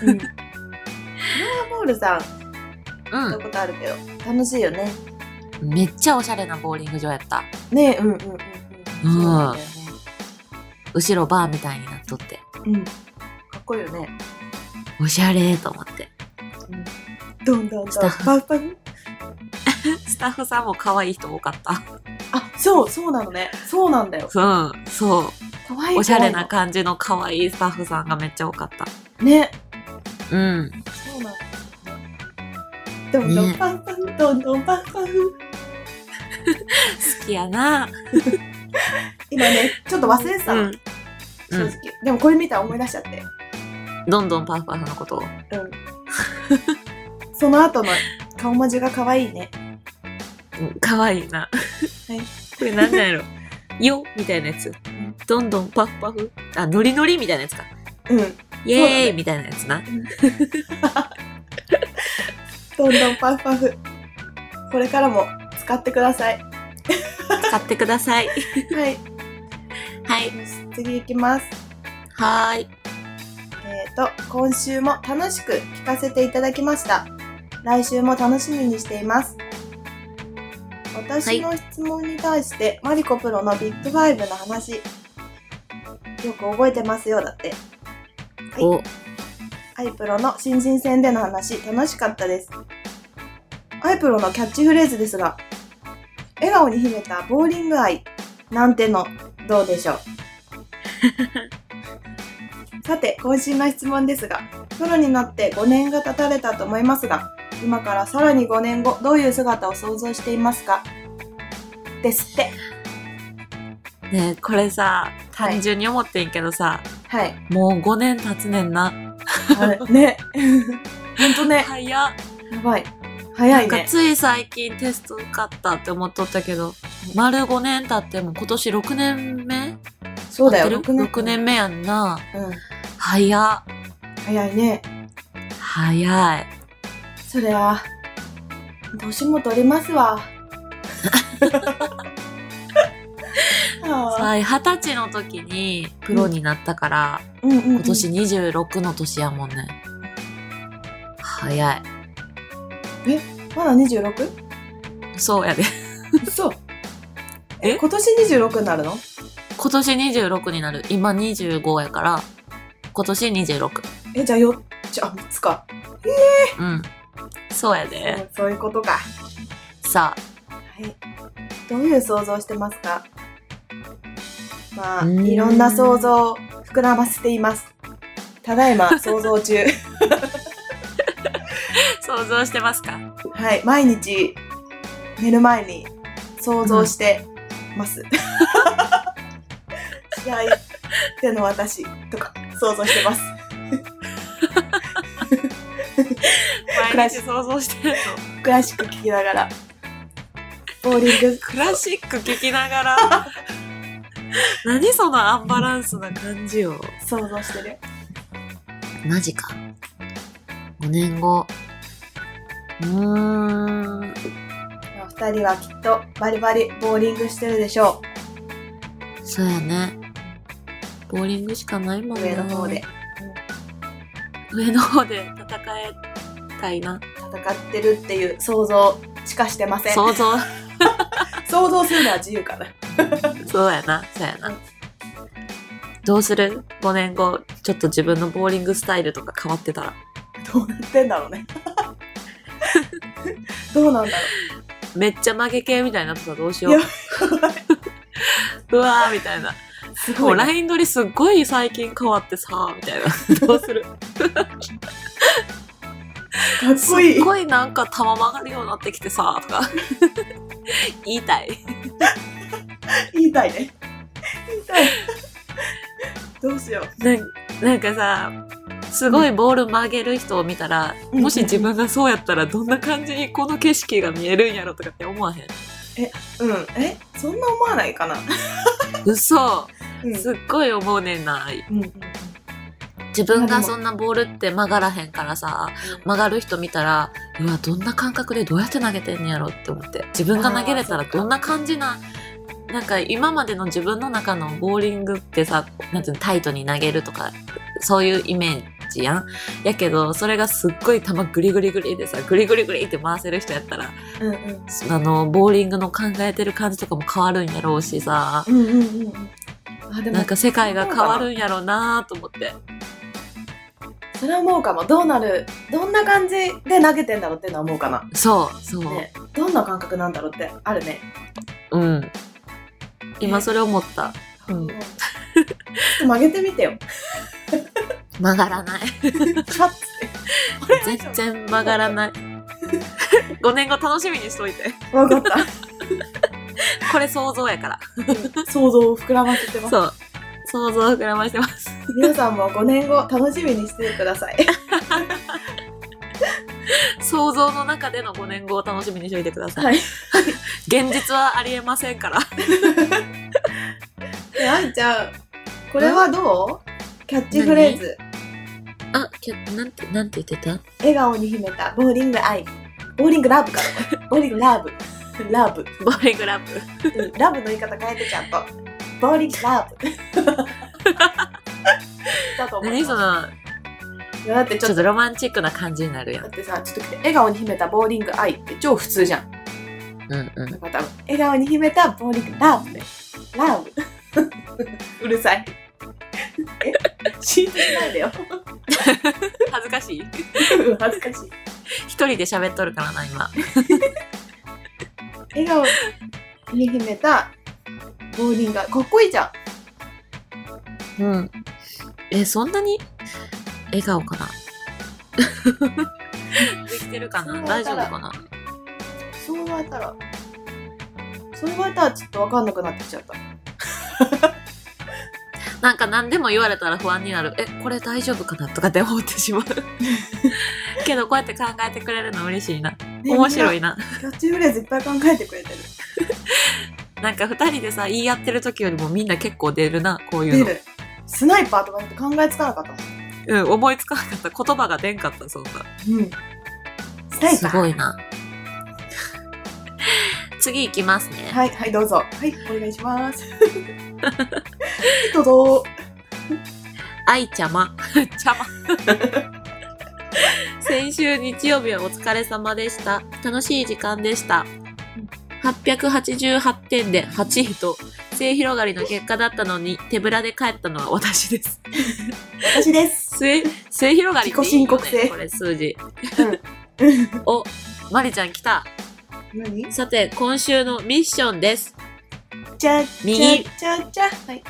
A: うん、フラワーボールさん行った
B: う
A: ことあるけど楽しいよね
B: ん。めっちゃおしゃれなボーリング場やった。
A: ねうんうんうんうんそうなんだよね
B: 後ろバーみたいになっとって。
A: うんかっこいいよね
B: おしゃれーと思って。
A: どんどんどん
B: スタッ
A: パフパフ
B: [LAUGHS] スタッフさんも可愛い人多かった。
A: あそうそうなのねそうなんだよ
B: そう、そ。
A: かわいうい
B: おしゃれな
A: 可
B: 感じの可愛いスタッフさんがめっちゃ多かった。
A: 愛いね
B: うん。
A: そうなんだよねどんどん
B: ね
A: パフパフどんどんパフパフ
B: 好きやな。
A: 今ね、ちょっと忘れてた、
B: うん。
A: 正直。でもこれ見たら思い出しちゃって。
B: どんどんパフパフのことを。
A: うん。その後の顔文字が可愛いね。
B: うんかわいいな。
A: はい
B: これなんなんやろ。よみたいなやつ。どんどんパフパフ。あ、ノリノリみたいなやつか。
A: うん。
B: イ
A: そうだ
B: エー
A: ね
B: イみたいなやつな。
A: どんどんパフパフ。これからも使ってください。
B: 使ってく
A: [LAUGHS]
B: ださい。
A: はい。
B: はい。
A: 次行きます。
B: はーい。
A: えー、と、今週も楽しく聞かせていただきました。来週も楽しみにしています。私の質問に対して、マリコプロのビッグファイブの話、よく覚えてますよ、だって。はい
B: お、
A: アイプロの新人戦での話、楽しかったです。アイプロのキャッチフレーズですが、笑顔に秘めたボーリング愛なんての、どうでし
B: [LAUGHS]
A: ょう。さて、今週の質問ですが、プロになって5年が経たれたと思いますが、今からさらに5年後、どういう姿を想像していますかですって。
B: ねえこれさ、
A: はい
B: 単純に思ってんけどさ、
A: はい。
B: もう5年経つねんな。
A: あれ
B: [LAUGHS]
A: ね。 [LAUGHS] ほんとね。
B: 早っ。
A: やばい。早
B: ないんか
A: ね。
B: つい最近テスト受かったって思っとったけど、丸5年経っても今年6年目
A: そうだよ、
B: 6年 ,6 年目やんな。
A: うん。
B: 早っ。
A: 早いね。
B: 早い。
A: それは、年も取ります
B: [LAUGHS]
A: わ。ああ
B: さ二十歳の時にプロになったから、
A: うんうんうん
B: 今年26の年やもんね。早い。
A: まだ 26?
B: そうやで。
A: そう。
B: え
A: 今年26になるの
B: 今年26になる。今25やから、今年26。
A: え、じゃあ4つ、あ、3つか。
B: うん。そうやで。
A: そうそういうことか。
B: さ
A: はい。どういう想像してますかまあ、
B: うーん
A: いろんな想像を膨らませています。ただいま想像中。
B: あ、想像してますか
A: はい。毎日寝る前に想像してます。 [LAUGHS] 試合での私とか想像してます。
B: 毎日想像 [LAUGHS] してるの。
A: クラシック聴きながら。ボーリング。
B: クラシック聴きながら [LAUGHS] 何そのアンバランスな感じよ
A: 想像してる。
B: マジか5年後うーん
A: まあ二人はきっとバリバリボーリングしてるでしょ
B: そうやねボーリングしかないも
A: う。
B: ん
A: 上
B: ね
A: の方で
B: 上の方で戦えたいな
A: 戦ってるっていう想像しかしてません。
B: 想像
A: 想像するのは自由かな。
B: そうやなそうやなどうする5年後ちょっと自分のボーリングスタイルとか変わってたら
A: どうなってんだろうね。どうなんだろ
B: めっちゃ曲げ系みたいになってたらどうしよう
A: や
B: [LAUGHS] うわーみたいな
A: う。す
B: も
A: ご
B: う
A: いな。
B: LINE 撮りすっごい最近変わってさ、みたいな。ど
A: [LAUGHS]
B: うする
A: かっ
B: す
A: こい
B: っ
A: い。
B: ごいなんか球曲がるようになってきてさ、とか。 [LAUGHS] 言いたい。
A: 言いたいね。言いたい。どうしよ
B: なんなんかさ、すごいボール曲げる人を見たら、
A: うん
B: もし自分がそうやったらどんな感じにこの景色が見えるんやろとかって思わへん。
A: う。うん。えそんな思わないかな。
B: 嘘
A: うん。
B: すっごい思うねんな。
A: うんうん
B: 自分がそんなボールって曲がらへんからさ、曲がる人見たら、うわ、どんな感覚でどうやって投げてんねやろって思って。自分が投げれたら
A: あーそっか
B: どんな感じな、なんか今までの自分の中のボーリングってさ、なんていうの、タイトに投げるとか、そういうイメージやん。やけど、それがすっごい球グリグリグリでさ、グリグリグリって回せる人やったら、
A: うんうん
B: あの、ボーリングの考えてる感じとかも変わるんやろうしさ、
A: うんうんうんうん。あ、でも
B: なん、か世界が変わるんやろうなと思って。
A: それは思うかも。どうなる、どんな感じで投げてんだろうっていうのは思うかな。
B: そう、そう。
A: ね、どんな感覚なんだろうってあるね。
B: うん。今それ思った。うん
A: ちょっと曲げてみてよ。
B: 曲がらない。
A: パッて。
B: [LAUGHS] 全然曲がらない。5年後楽しみにしといて。
A: わかった。
B: これ想像やから。
A: 想像を膨らませてます。
B: そう。想像を膨らましてます。
A: 皆さんも5年後楽しみにしててくだ
B: [LAUGHS]
A: さい。
B: 想像の中での5年後を楽しみにしておいてください。
A: はい
B: 現実はありえませんから。
A: え、あんちゃん、これはどうキャッチフレーズ。
B: あ、きゃなんて、なんて言ってた
A: 笑顔に秘めたボーリング愛。ボーリングラブか。ボーリングラブ。ラブ。
B: ボーリングラップ。
A: うんラブの言い方変えてちゃんと。ボーリングラブ。だと思う。
B: 何そ
A: い
B: の、
A: やだってち
B: ち
A: ょ
B: ょ
A: っと、
B: っとロマンチックな感じになるやん
A: だ。ってさ、ちょっと来て、笑顔に秘めたボーリング愛って超普通じゃん。
B: うんうん。
A: また、笑顔に秘めたボーリングラブね。ラブ。 [LAUGHS] うるさい。え、信じないでよ。
B: 恥ずかしい。
A: うん恥ずかしい。
B: 一人で喋っとるからな、今。
A: 笑顔に秘めたボーリング愛。かっこいいじゃん。
B: うん。え、そんなに笑顔かなできてるか
A: そ
B: な
A: う
B: 大丈夫かな
A: そう言われたら、そう言われたらちょっとわかんなくなってきちゃった。
B: なんか何でも言われたら不安になる。え、これ大丈夫かなとかって思ってしまう。けどこうやって考えてくれるの嬉しいな。面白
A: い。
B: いな。
A: キャッチフレーズいっぱい考えてくれてる。
B: なんか二人でさ、言い合ってる時よりもみんな結構出るな、こうい
A: 出
B: うの。
A: る。スナイパーとかって考えつかなかったも
B: うん、思いつかなかった。言葉が出んかった、そんな。
A: ん。うん。スナイパ
B: す
A: ー。
B: ごいな。次行きますね。
A: はい、はい、どうぞ。はい、お願いします。 [LAUGHS] どうぞ。
B: 愛ちゃま。ちゃま。 [LAUGHS] 先週日曜日はお疲れ様でした。楽しい時間でした。888点で8位と、末広がりの結果だったのに、手ぶらで帰ったのは私です。
A: 私です。
B: 末、末広がりっていい
A: 自
B: よ、ね、
A: 己申告制
B: これ数字。
A: うん。
B: [LAUGHS] お、まりちゃん来た。
A: 何
B: さて、今週のミッションです。
A: ちゃ
B: 右
A: ちゃちゃちゃ。はい。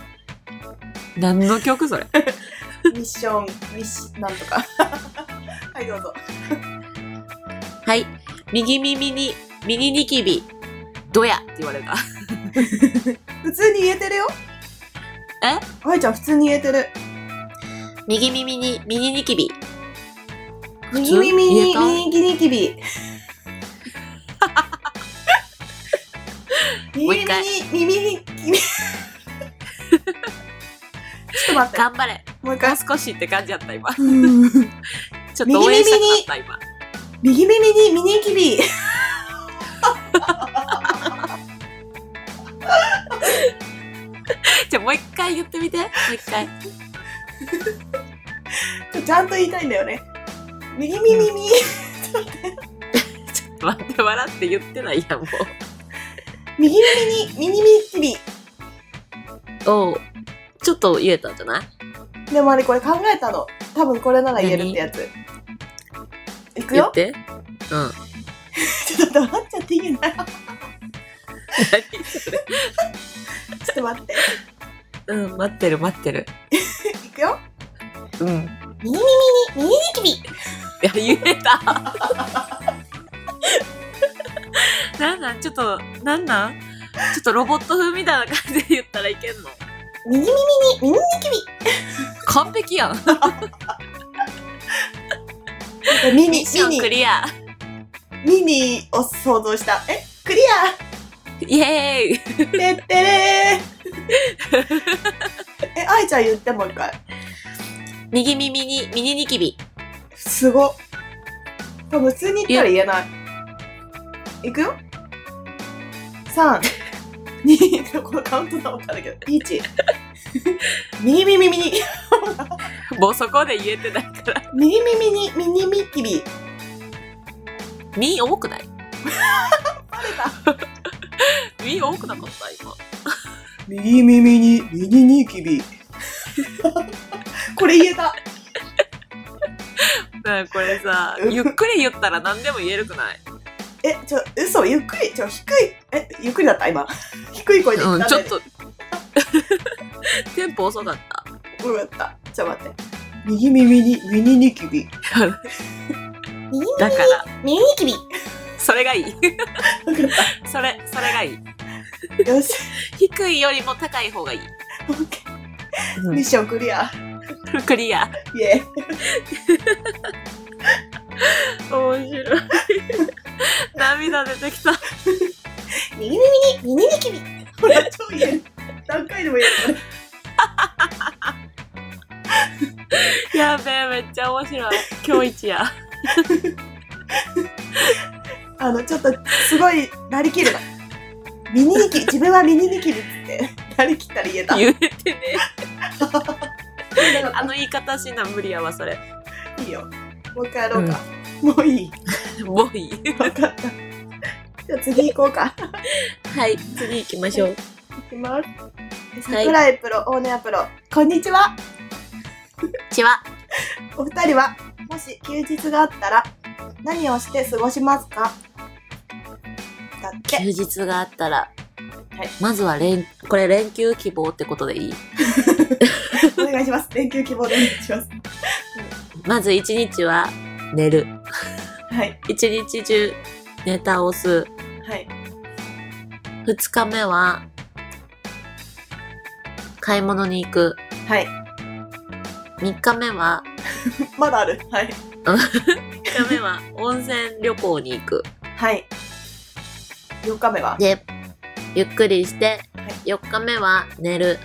B: 何の曲それ
A: ミッション、ミッシ、なんとか。 [LAUGHS] はい、どうぞ。
B: はい。右耳に、右ニキビ、ドヤって言われた。
A: 普通に言えてるよ。
B: え
A: 愛ちゃん、普通に言えてる。
B: 右耳に、右ニキビ、
A: 右耳
B: 言え
A: に
B: た
A: 右ニキ
B: [LAUGHS]
A: ビ。右
B: もう
A: 耳
B: 一回
A: に耳にキビ。ちょっと待って。
B: 頑張れ。
A: もう一
B: も
A: 回
B: う。少しって感じやった、今。
A: うん
B: ちょっと応援したかった、今。
A: 右耳にミニキビ。
B: じゃあもう一回言ってみて。もう一回。
A: ちゃんと言いたいんだよね。右耳に
B: 待って、笑って言ってないやん、も
A: 右耳にミニミニキビ。
B: う。おうちょっと言えたんじゃない
A: でもあれこれ考えたの。多分これなら言えるってやつ。いく
B: 言
A: よ
B: っ。て。うん。
A: ちょっと待っちゃってい
B: [LAUGHS]
A: いんだ。ちょっと待って。
B: うん、待ってる、待ってる。
A: いくよ。
B: うん。い
A: ミニミニミニニキビ。
B: や、言えた。なんなんちょっと、なんなんちょっとロボット風みたいな感じで言ったらいけんの
A: ミニミニミニミニキビ。
B: 完璧やん。
A: ミ
B: ミッ
A: ニ、
B: ションク
A: ミ
B: リア。
A: ニ、ミニを想像した。え、クリ
B: イエー
A: ア
B: イ
A: てってれーえ、愛ちゃん言ってもう一回。
B: 右耳にミニニキビ。
A: すご。多分普通に言ったら言えない。いくよ ?3、2、このカウントダウンからだけど、1。ミニミニミニ、
B: もうそこで言えてないから。
A: ミニミニミニミニミキビ。
B: ミ多くない [LAUGHS] ミ多くなかった今。
A: 右耳にミニニキビ。これ言えた。
B: なんかこれさ、ゆっくり言ったら何でも言えるくない
A: え、ちょ、嘘、ゆっくり、ちょ、低い、え、ゆっくりだった、今。 [LAUGHS] 低い声で言
B: [LAUGHS] う
A: っ
B: ん、
A: た
B: ち
A: ん
B: ょ
A: だ
B: っ
A: よね、
B: と。 [LAUGHS] テンポ遅かった。
A: うん、やった。ちょっと待って。右耳にミニニキビ。右耳
B: [LAUGHS] だから、
A: ミニニキビ。
B: それがいい。 [LAUGHS]
A: 分かっ
B: それ、それがいい。
A: た。よし。
B: 低いよりも高い方がいい。
A: オッケーミッションクリア。
B: クリア。
A: イエー
B: 面白い。 [LAUGHS] 涙出てきた。
A: イ。にぎにぎに、にぎにきび。ほら、超言える。何回でも言える。
B: やべえ、めっちゃ面白い。今日一や。
A: あの、ちょっと、すごい、なりきるの。ミニニキビ、自分はミニニキビっつって、なりきったら言えた。
B: 言えてね。
A: えなか
B: あ
A: っ
B: の言い方しな無理やわ、それ。
A: た。いいよ。もう一回やろうか。もういい。
B: もういい。
A: わかった。じゃあ次行こうか。
B: はい、次行きましょう。
A: 行きます。
B: はい
A: 桜井プロ、大根屋プロ、こんにちは。
B: ちは。
A: お二人は、もし休日があったら、何をして過ごしますかだって。
B: 休日があったら。
A: はい
B: まずは連、これ連休希望ってことでいい
A: お願いし [LAUGHS] ます。連休希望でお願いします。
B: まず一日は寝る。
A: はい。
B: 一日中ネタをす。
A: はい。
B: 二日目は買い物に行く。
A: はい。
B: 三日目は、
A: まだある。はい。
B: 三日目は温泉旅行に行く。
A: はい。4日目は
B: で、ゆっくりして
A: は、
B: 四日目は寝る。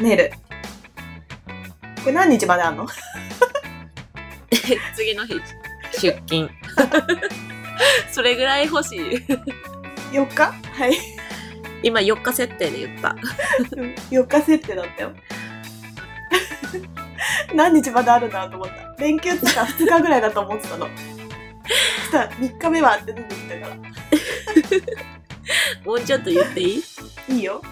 A: 寝る。これ何日まであんの
B: [LAUGHS] 次の日出勤 [LAUGHS] それぐらい欲しい
A: ?4 日はい。
B: 今4日設定で言った [LAUGHS]
A: 4日設定だ [LAUGHS] ったよ。 [LAUGHS] 何日まであるなと思った。連休とか2日ぐらいだと思ってたの。そしたら3日目はって出てきたから。
B: もうちょっと言っていい
A: いいよ。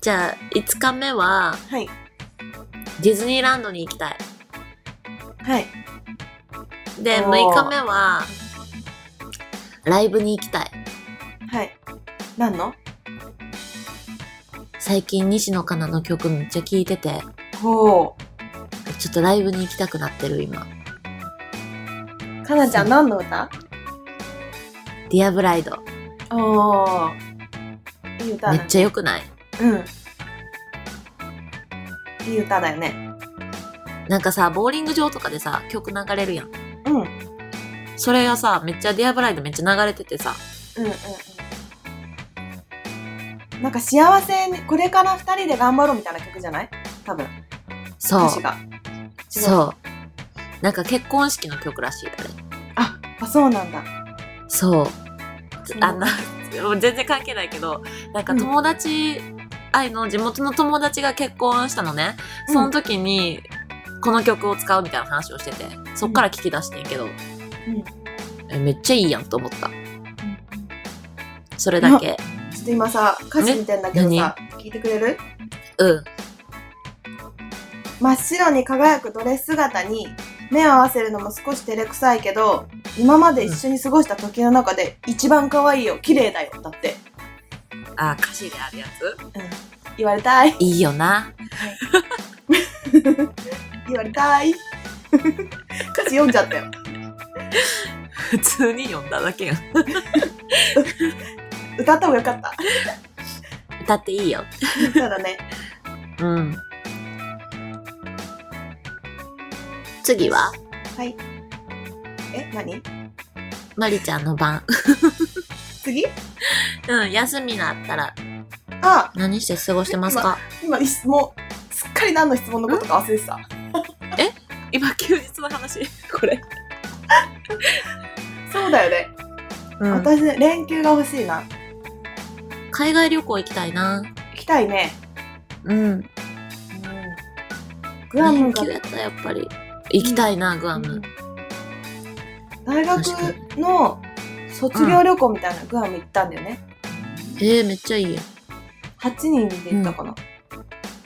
B: じゃあ5日目は
A: はい。
B: ディズニーランドに行きたい
A: はい。
B: で
A: おー
B: 6日目はライブに行きたい
A: はい。何の
B: 最近西野カナの曲めっちゃ聴いてて
A: ほ
B: ちょっとライブに行きたくなってる今
A: う。かなちゃん何の歌
B: 「ディアブライド
A: おー。いい歌だ
B: め
A: ね。
B: っちゃ良くない
A: うん。いい歌だよね。
B: なんかさボーリング場とかでさ曲流れるやん
A: うん。うんうん
B: それがさめっちゃ「ディアブライドめっちゃ流れててさ
A: うん。なんか幸せに、これから二人で頑張ろうみたいな曲じゃない多分、
B: そう
A: 歌詞が。う。
B: そう。なんか結婚式の曲らしい、あれ。
A: あ、あ、そうなんだ。
B: そう。
A: うん
B: あんな、もう全然関係ないけど、なんか友達、愛の地元の友達が結婚したのね。その時に、この曲を使うみたいな話をしてて、そっから聞き出してんけど、えめっちゃいいやんと思った。それだけ。
A: ちょっと今さ、歌詞見てんだけどさ、聞いてくれる
B: うん。
A: 真っ白に輝くドレス姿に目を合わせるのも少し照れくさいけど今まで一緒に過ごした時の中で一番可愛いよ綺麗だよだって
B: あ、歌詞であるやつ
A: 言われたい
B: いいよな。
A: 言われたい [LAUGHS] 歌詞読んじゃったよ
B: 普通に読んだだけやん。
A: 歌った方がよかった [LAUGHS]
B: 歌っていいよ。
A: そうだね
B: うん。次は
A: はいえ何
B: まりちゃんの番。
A: 次
B: うん、休みがあったら
A: あ
B: 何して過ごしてますか
A: 今いしもうすっかり何の質問のことか忘れてた
B: 今休日の話、 [LAUGHS] これ。
A: そうだよね、
B: うん、
A: 私ね連休が欲しいな
B: 海外旅行行きたいな。
A: 行きたいね
B: うん。
A: うんグアム
B: 連
A: が
B: 休やったらやっぱり。行きたいな、グアム。
A: 大学の卒業旅行みたいなグアム行ったんだよね、
B: えー、めっちゃいいよ。
A: 8人で行ったかな、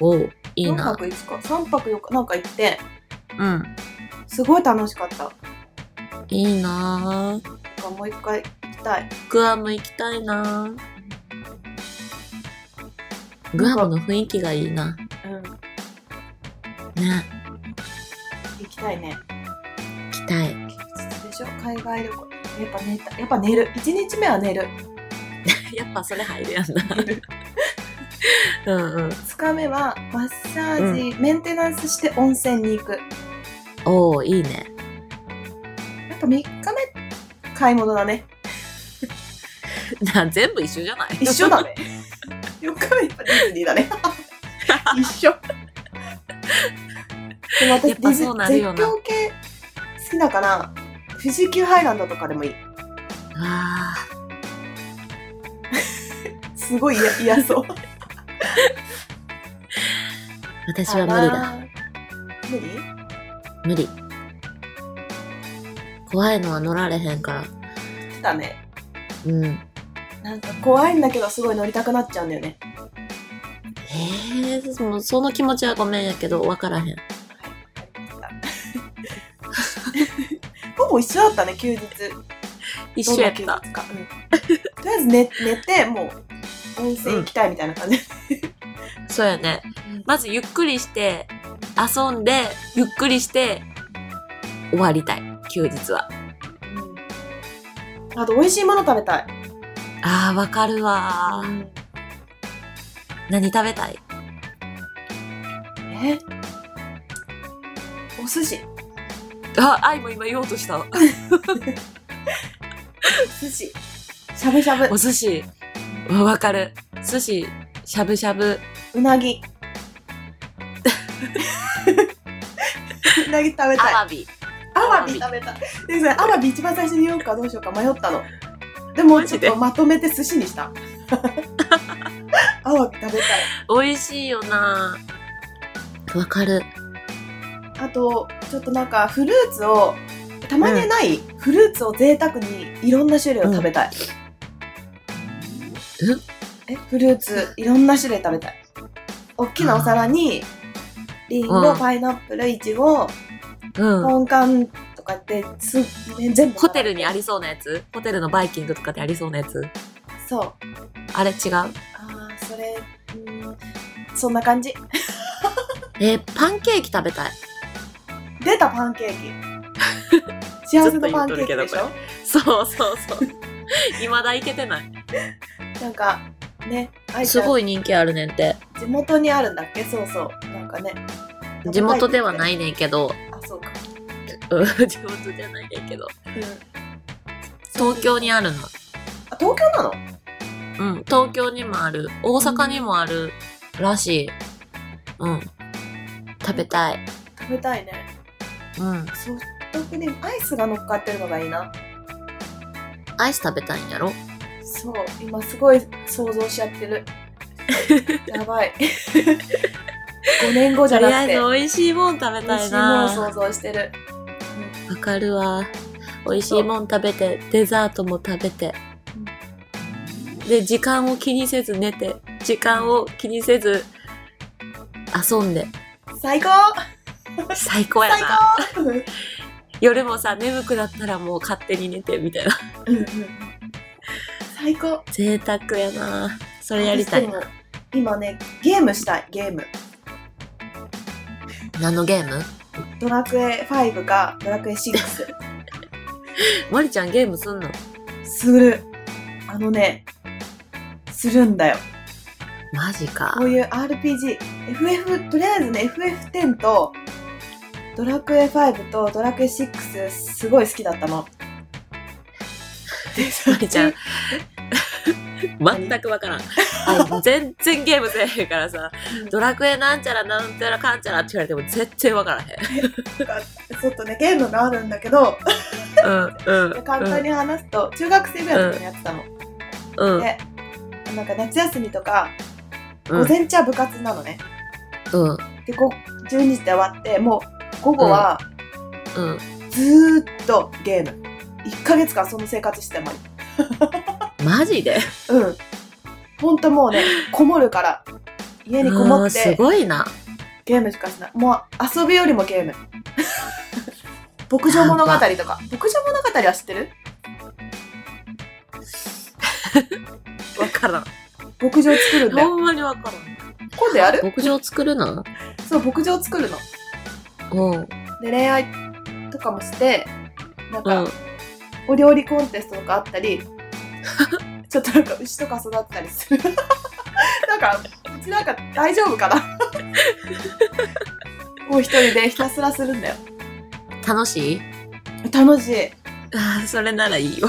B: おう、いい
A: 四
B: な。
A: 泊5日3泊4日なんか行って
B: うん。
A: すごい楽しかったなん
B: いいなぁ
A: かもう一回行きたい
B: グアム行きたいなぁグアムの雰囲気がいいな。
A: うん
B: ね、
A: 行きたいね
B: 行き [LAUGHS] たい。
A: 休日でしょ海外旅行やっぱ寝たやっぱ寝る1日目は寝る
B: やっぱそれ入るやんな。 [LAUGHS] うんうん。
A: 2日目はマッサージ、メンテナンスして温泉に行く
B: おー、いいね。
A: やっぱ3日目買い物だね
B: [LAUGHS] な、全部一緒じゃない
A: 一緒だね [LAUGHS] 4日目やっぱディズニーだね一緒でも私
B: や
A: デ
B: っぱ
A: ィズ
B: そ
A: ニ
B: う
A: ー
B: なる
A: 絶
B: よな
A: 叫系好きだから富士急ハイランドとかでもいい
B: あ
A: すごい嫌嫌そう
B: ー、 [LAUGHS] 私は無理だ。
A: あら無理
B: 無理。怖いのは乗られへんから。
A: だね
B: うん。え
A: なんか怖いんだけどすごい乗りたくなっちゃうんだよね
B: ー、そのその気持ちはごめんやけど、わからへん。
A: ほぼ一緒だったね休日
B: 一緒やった
A: どんな休日か、うんとりあえず寝寝てもう温泉行きたいみたいな感じ、
B: そうやね。まずゆっくりして、遊んで、ゆっくりして、終わりたい。休日は。
A: あと美味しいもの食べたい
B: あー、わかるわー。
A: うん
B: 何食べたい
A: えお寿司
B: あ、あいも今言おうと [LAUGHS] した。
A: お寿司しゃぶしゃぶ
B: お寿司。わわかる。寿司、しゃぶしゃぶ。
A: うなぎうなぎ食べたい
B: アワビ。
A: アワビ食べたいでそれアワビ一番最初に言おうかどうしようか迷ったのでもち
B: マ
A: ょ
B: ジ
A: っ
B: で
A: とまとめて寿司にした
B: [LAUGHS]
A: アワビ食べたい
B: 美味しいよなわかる。
A: あとちょっとなんかフルーツをたまにない、フルーツを贅沢にいろんな種類を食べたい、
B: うん
A: えフルーツいろんな種類食べたい大きなお皿にリンゴ、
B: うん
A: パイナップルいちご
B: うん。
A: ポンカンとかってす、ね、全部
B: ホテルにありそうなやつホテルのバイキングとかでありそうなやつ
A: そう
B: あれ違う
A: あーそれうんそんな感じ
B: えーパンケーキ食べたい。
A: 出たパンケー
B: [LAUGHS]
A: キ幸せのパンケーキでし
B: ずっと言うとるけど
A: ょ
B: そうそうそう。 [LAUGHS] 未だいけてない。
A: なんかねあいち
B: す
A: ゃん
B: ごい人気あるねんて。
A: 地元にあるんだっけそうそうなんかね
B: 地元ではないいねんけど、
A: あそうか、
B: うん [LAUGHS] 地元じゃないねんけど、
A: うん、
B: 東京にあるの。
A: あ東京なの
B: うん、東京にもある、大阪にもあるらしい。うん。食べたい。
A: 食べたいね
B: うん。
A: ソフトクリームアイスが乗っかってるのがいいな
B: アイス食べたいんやろ
A: そう今すごい想像しちゃって
B: [LAUGHS]
A: るやばい5年後じ
B: と
A: ゃ
B: り
A: な
B: あ
A: く
B: え
A: て
B: ず美味しいもん食べ
A: 美味
B: た
A: し
B: い
A: いもの
B: な。
A: 想像してる
B: わかるわ。美味しいもん食べて、デザートも食べて
A: う。
B: で、時間を気にせず寝て、時間を気にせず遊んで。
A: 最高
B: 最高や
A: 最
B: な。
A: 高うんうん
B: 夜もさ、眠くなったらもう勝手に寝てみたいな。
A: うん最高
B: 贅沢やな。それやりたい
A: 私。でも今ねゲームしたいゲーム
B: 何のゲーム
A: ドラクエ5かドラクエ6
B: まりちゃんゲームすんの
A: するあのねするんだよ
B: マジか
A: [LAUGHS] こ。ういう RPGFF とりあえずね FF10 とドラクエ5とドラクエ6すごい好きだったのでそ
B: まりちゃん。全くわからん。あ全然ゲームせえへんからさ、ドラクエなんちゃらなんちゃらかんちゃらって言われても絶対わからへん。
A: ちょっとねゲームがあるんだけど
B: うんうん
A: 簡単に話すと中学生ぐらいの時にやってたの、
B: うん
A: でなんか夏休みとか
B: うん
A: 午前中は部活なのね、
B: うん
A: でこう12時で終わってもう午後は
B: うん
A: ずーっとゲーム1ヶ月間その生活してもいい
B: マジで
A: うんほんともう
B: [LAUGHS]
A: ねこもるから家にこも
B: うん
A: っ
B: す
A: て
B: ごいな
A: ゲームしかしないもう遊びよりもゲーム牧場物語とか牧場物語は知ってる
B: わからん
A: 牧場作るんだよ
B: ほんまにわから
A: 今度やる
B: ん牧場作るの
A: そう牧場作るの
B: うん
A: で恋愛とかもしてなん
B: う
A: か、
B: ん
A: お料理コンテストとかあ
B: [LAUGHS]
A: ったり [LAUGHS] ちょっとなんか牛とか育てたりするなんかちなんか大丈夫か
B: [LAUGHS]
A: なもう一人でひたすらするんだよ。
B: 楽しい
A: 楽しい。
B: ああ、それならいいよ。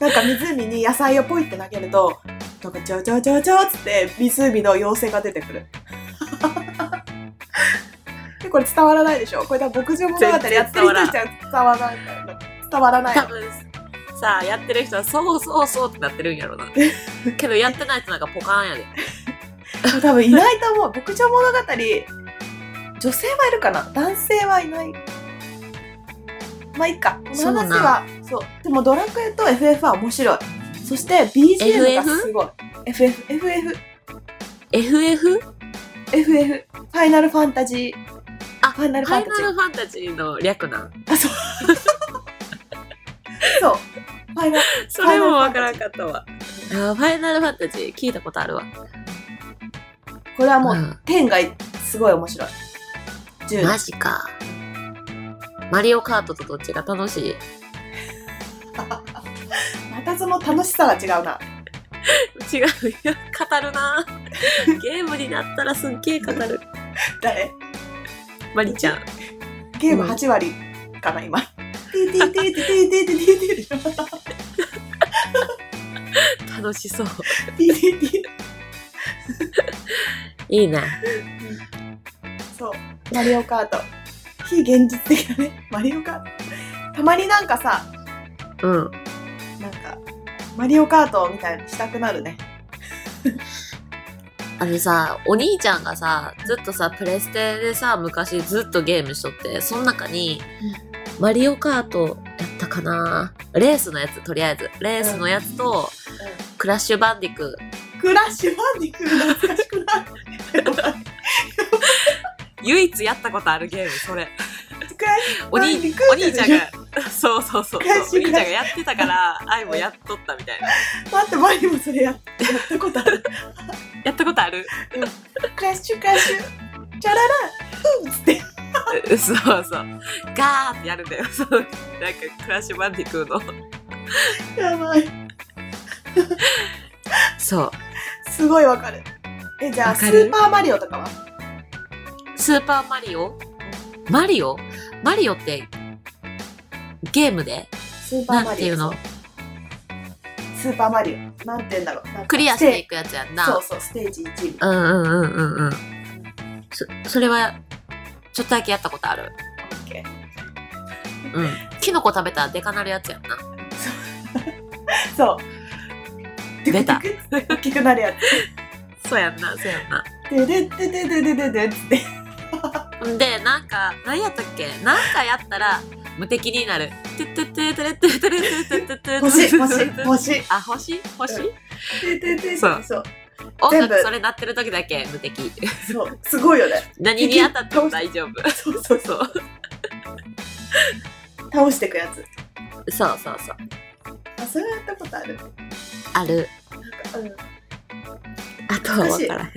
A: なんか湖に野菜をポイって投げると、なんかちょちょちょちょっつって湖の妖精が出てくる。 [LAUGHS] でこれ伝わらないでしょこれ多分牧場物語やってる人にしちゃ伝わらないんだよ伝わらない
B: 多。分さあ、やってる人はそうそうそうってなってるんやろうな。けどやってない人なんかポカーンやで。
A: 多分いないと思う。牧場物語、女性はいるかな男性はいない。まあいいか。この
B: そうな
A: 話は、そうでもドラクエと FF は面白い。そして BGM が
B: FF？
A: すごい。FF、FF、
B: FF? フ
A: FF、ファイナルファンタジー。
B: あ
A: ファイナルファ
B: ァ
A: ン
B: イナ
A: タジ
B: ルファンタジーの略なん。
A: ー。そう。ファイナル、
B: それもわからんかったわ。あーファイナルファンタジー聞いたことあるわ。
A: これはも
B: う
A: う、
B: ん
A: 天外、すごい面白い。10
B: マジか。マリオカートとどっちが楽しい
A: またその楽しさが違うな。
B: 違うよ語るなゲームになったらすっげえ語る
A: 誰
B: マリちゃん
A: ゲーム8割かな、今。ティーティーティーティーティーティーティーティーでしょ
B: 楽しそう
A: ティーティーティー
B: いいな
A: そう、マリオカート。非現実的だね、マリオカート。たまになんかさ、
B: うん
A: なんか、マリオカートみたいにしたくなるね。
B: あのさお兄ちゃんがさずっとさプレステでさ昔ずっとゲームしとってその中に、マリオカートやったかなレースのやつとりあえずレースのやつと、クラッシュバンディク
A: クラッシュバンディクー懐かしくない
B: 唯一やったことあるゲームそれ
A: クラッシュ
B: お
A: バン
B: 兄
A: ディク
B: お
A: ー
B: 兄ちゃんがそうそうそうそうお
A: クラッシュ
B: 兄ちゃんがやってたから愛もやっとったみたいな
A: 待って、マリもそれややったことある。
B: やったことある
A: クラッシュクラッシュ、チャララ、うんっつって。
B: そうそう。ガーってやるんだよ。そのなんかクラッシュバンディクーの。
A: やばい。
B: そう。
A: すごいわかる。え、じゃあ、
B: わ
A: ス
B: かる
A: ーパーマリオとかは
B: スーパーマリオマリオマリオってゲームで
A: スーパー
B: な
A: マ
B: んてい
A: リ
B: う
A: オ。
B: の
A: スーパーマリオ。なんて言うんだろう。なんか
B: クリア
A: ス
B: し
A: テ
B: ていくやつやんな。
A: そうそう、ステージ1みたいな。
B: うんうんうんうんうん。そそれはちょっとだけやったことある。
A: オッケー
B: うん。キノコ食べたらデカなるやつやんな。
A: そう。
B: 出た
A: テクテク大きくなるやつ。
B: そうやんな、そうやんな。
A: ででででででででって。
B: んで、なんか、何やったっけなんかやったら無敵になる。トゥトゥトゥトゥトゥトゥトゥトゥトゥトゥトゥトゥ
A: 星、星、星。
B: あ、星星
A: うででで
B: そう
A: そう。
B: 音
A: 全部
B: 楽それ鳴ってる時だけ無敵。 [LAUGHS]
A: そう。すごいよね。
B: 何に当た [LAUGHS] っても大丈夫。
A: そうそう
B: そう。
A: 倒していくやつ。
B: そうそうそう。
A: あ、それやったことある。なんか、
B: ある。
A: う
B: あとは分からへん。
A: ん。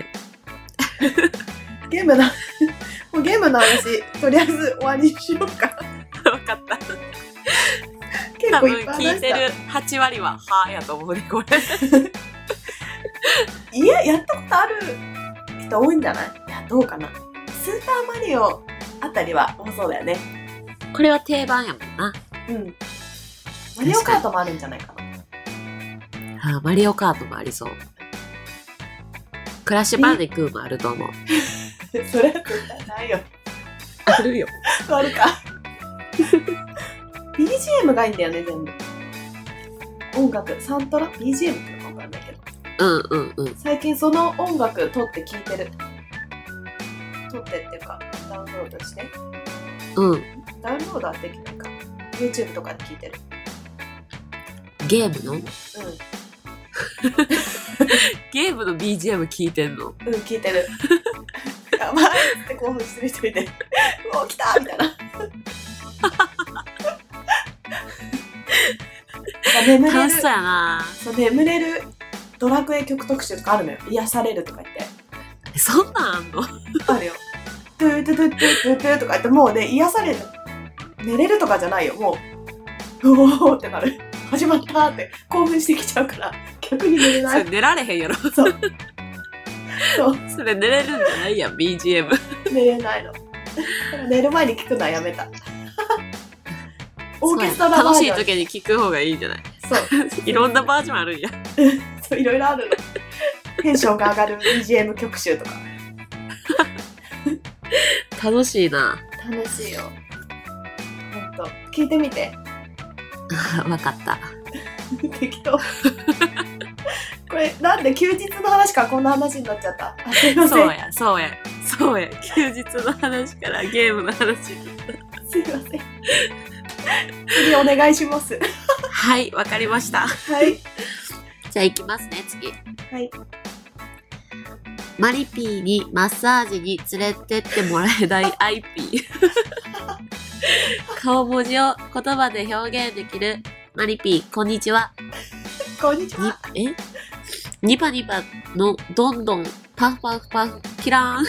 A: ゲームの、もうゲームの話、とりあえず終わりにしよう
B: [LAUGHS]
A: か。
B: 分かった。
A: 結
B: 多
A: 構
B: 分
A: いっぱい
B: 聞
A: 話
B: い
A: してた。
B: る8割は、はやと思うね、これ。
A: いや、やったことある人多いんじゃないいや、どうかな。スーパーマリオあたりは多そうだよね。
B: これは定番やもんな。
A: うん。マリオカートもあるんじゃないかな。
B: あマリオカートもありそう。クラッシュバンディクーもあると思う。
A: それは絶対ないよ。
B: あるよ。
A: ある
B: [LAUGHS]
A: か。BGM がいいんだよね、全部。音楽、サントラ ?BGM っていうのかわかんないけど。
B: うんうんうん。
A: 最近その音楽撮って聴いてる。撮ってっていうか、ダウンロードして。
B: うん。
A: ダウンロードはできないか。YouTube とかで聴いてる。
B: ゲームのゲームの BGM 聞いてんの
A: うん、うん、聴いて [LAUGHS] る。やばいって興奮してる人いて、 [LAUGHS] うお、来たみたい [LAUGHS] な。眠れる
B: 楽しそうやな
A: そう眠れるドラクエ曲特集とかあるのよ癒されるとか言って
B: そんなんあんの
A: あるよトゥートゥトゥトゥトゥトゥとか言ってもうね癒される寝れるとかじゃないよもううおーってなる始まったーって興奮してきちゃうから逆に寝れ
B: そ
A: な
B: れ
A: い
B: 寝られへんやろ。
A: そうそう
B: [LAUGHS] それ寝れるんじゃないやん BGM
A: 寝れ
B: [LAUGHS]
A: ないのだから寝る前に聞くのはやめたオーケストラバー
B: 楽し
A: ジ
B: い
A: ョン
B: 時に聞く方がいいんじ
A: [LAUGHS]
B: ゃない
A: そう
B: いろんなバージョンあるんや
A: そういろいろあるのテンションが上がる BGM 曲集とか
B: 楽しいな
A: 楽しいよほんと聞いてみて
B: わかった
A: 適当これなんで休日の話からこんな話になっちゃったあすいませ
B: そうんやそうやそうや休日の話からゲームの話
A: すいません次お願いします
B: はいわかりました
A: はい
B: じゃあ行きますね次
A: はい
B: マリピーにマッサージに連れてってもらえない
A: [LAUGHS]
B: IP 顔文字を言葉で表現できるマリピーこんにちは
A: こんにちは
B: にえニパニパのどんどんパフパフパフキラ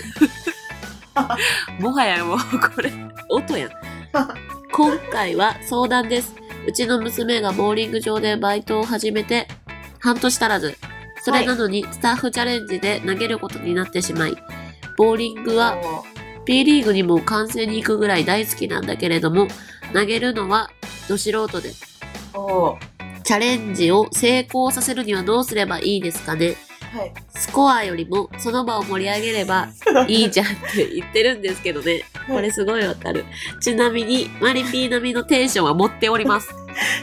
B: ーン [LAUGHS] もはやもうこれ音やん
A: [LAUGHS]
B: 今回は相談ですうちの娘がボーリング場でバイトを始めて半年足らずそれなのにスタッフチャレンジで投げることになってしまいボーリングは P リーグにも観戦に行くぐらい大好きなんだけれども投げるのはど素人で
A: おお
B: チャレンジを成功させるにはどうすればいいですかね
A: はい
B: スコアよりもその場を盛り上げればいいじゃんって言ってるんですけどね。これすごいわかる。ちなみに、マリピー並みのテンションは持っております。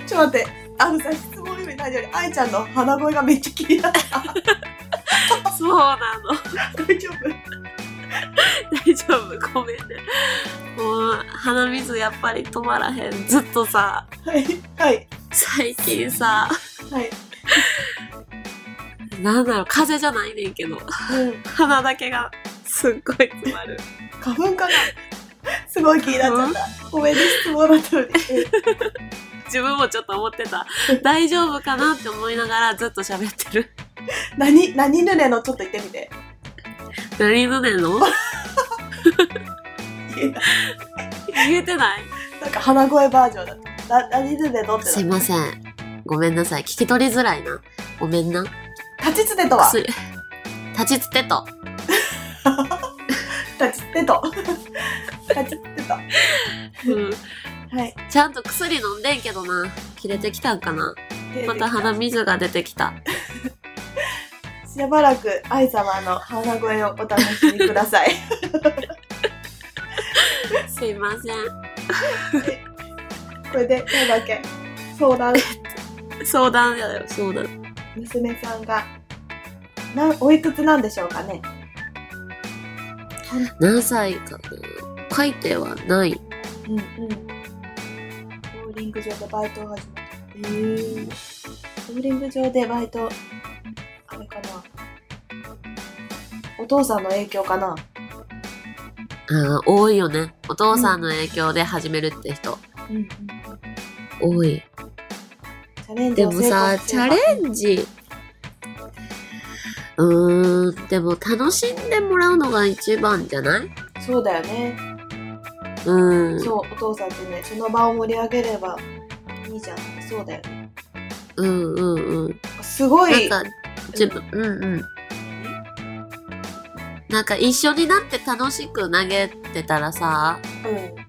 A: ちょっと待ってあのさ質問にないより愛ちゃんの鼻声がめっちゃ気になる
B: そうなの。
A: 大丈夫
B: 大丈夫。ごめんね。もう、鼻水やっぱり止まらへん。ずっとさ、
A: はいはい
B: 最近さ、
A: はい
B: なんだろう、風邪じゃないねんけど、
A: うん
B: 鼻だけがすっごい詰まる。
A: 花粉かなすごい気になっちゃったごめんね質問だったのに
B: 自分もちょっと思ってた。大丈夫かなって思いながらずっと喋ってる。
A: 何何ぬねのちょっと言ってみて
B: 何のねんの
A: 言えない
B: 言えてない
A: なんか鼻声バージョンだったな何ぬねのって
B: すい
A: な
B: ません。ごめんなさい。聞き取りづらいな。ごめんな。
A: 立ちつてとは
B: す立ちつてと。
A: 立ちつてと立ちつてと
B: うん。
A: はい
B: ちゃんと薬飲んでんけどな。切れてきたんかな。また鼻水が出てきた。
A: しばらく愛様の鼻声をお楽しみください
B: すいませ
A: これでなんだっけ相談
B: ん。相談だよ、相談。
A: 娘さんがなんおいくつなんでしょうかね
B: 何歳かな。書いてはない。
A: うんうんボーリング場でバイトを始めたへえボーリング場でバイトあれかなお父さんの影響かな
B: うん、多いよね。お父さんの影響で始めるって人。
A: うんうんチ
B: 多い。
A: ャレンジ
B: で
A: を
B: も
A: 成功
B: さ、
A: す
B: チ
A: れば
B: ャレンジ。うーん、でも楽しんでもらうのが一番じゃない
A: そうだよね、
B: うん。
A: そうお父さんってねその場を盛り上げればいいじゃんそうだよね
B: うんうんうん。
A: すご
B: なん
A: い
B: か、自分、うんうん。なんか一緒になって楽しく投げてたらさ、
A: うん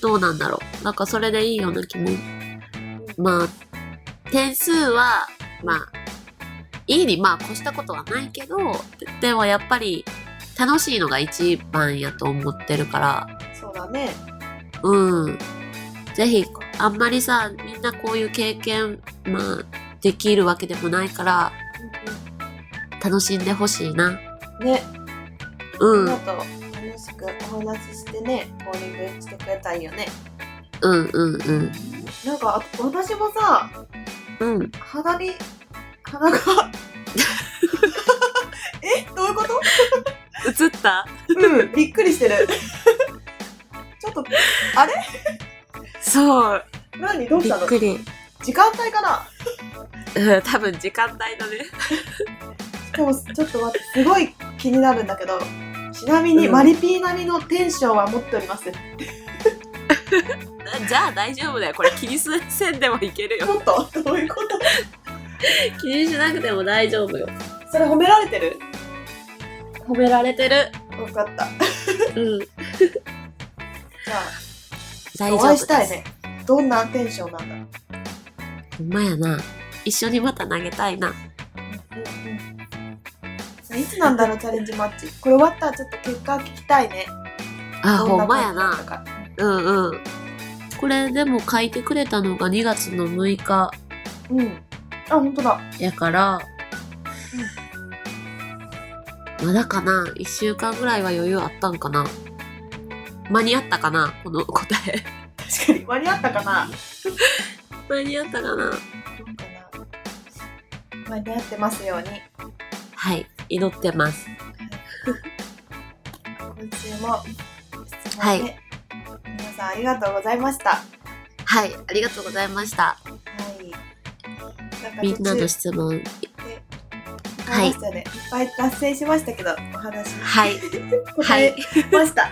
B: どうなんだろう。なんかそれでいいような気も。まあ、点数は、まあ、いいにまあ越したことはないけど、でもやっぱり楽しいのが一番やと思ってるから、
A: そうだね
B: うん。ぜひ、あんまりさ、みんなこういう経験、まあ、できるわけでもないから、楽しんでほしいな。
A: うんうんねみん
B: う、
A: なんと楽しくお話ししてねボーリングしてくれたらいいよね
B: うん、うん、うん。
A: なんかあ私もさ
B: うん。
A: 鼻に鼻が [LAUGHS] えどういうこと
B: 映った [LAUGHS]
A: うんびっくりしてるちょっとあれ
B: そう。
A: 何どうしたの
B: り。
A: 時間帯かな
B: うん、 [LAUGHS] 多分時間帯だね。 [LAUGHS]
A: しかもちょっと待ってすごい気になるんだけどちなみに、
B: うん
A: マリピー並みのテンションは持っておりますち
B: じゃあ大丈夫だよ。これ気に [LAUGHS] せんでもいけるよ。
A: ょっとどういうこと
B: 気にしなくても大丈夫よ。
A: それ褒められてる
B: 褒められてる。
A: 分かった。
B: うん。
A: じゃ
B: 大
A: あ、
B: 丈夫
A: お会いしたいね。どんなテンションなんだろう。
B: です。ほんまやな。一緒にまた投げたいな。
A: いつなんだろう、チャレンジマッチ。これ終わったらちょっと結果聞きたいね。
B: あ、
A: どん
B: ほんま
A: 感
B: や
A: じだっ
B: な
A: た。か
B: うんうん。これでも書いてくれたのが2月の6日
A: うん。あ、本当だ。
B: やから、まだかな ?1 週間ぐらいは余裕あったんかな間に合ったかなこの答え。
A: 確かに。間に合ったかな
B: [LAUGHS] 間に合ったかな
A: どうかな。間に合ってますように。
B: はい。祈ってます。
A: 今週も質問ね、
B: はい
A: 皆さんありがとうございました。は
B: はい。ありがとうございました。
A: い。なんか
B: みんなの
A: 質
B: 質問。
A: 問、はい、いっぱい達成しましたけど、お話、
B: はい。は
A: 答え
B: い。
A: ま
B: [LAUGHS]
A: した。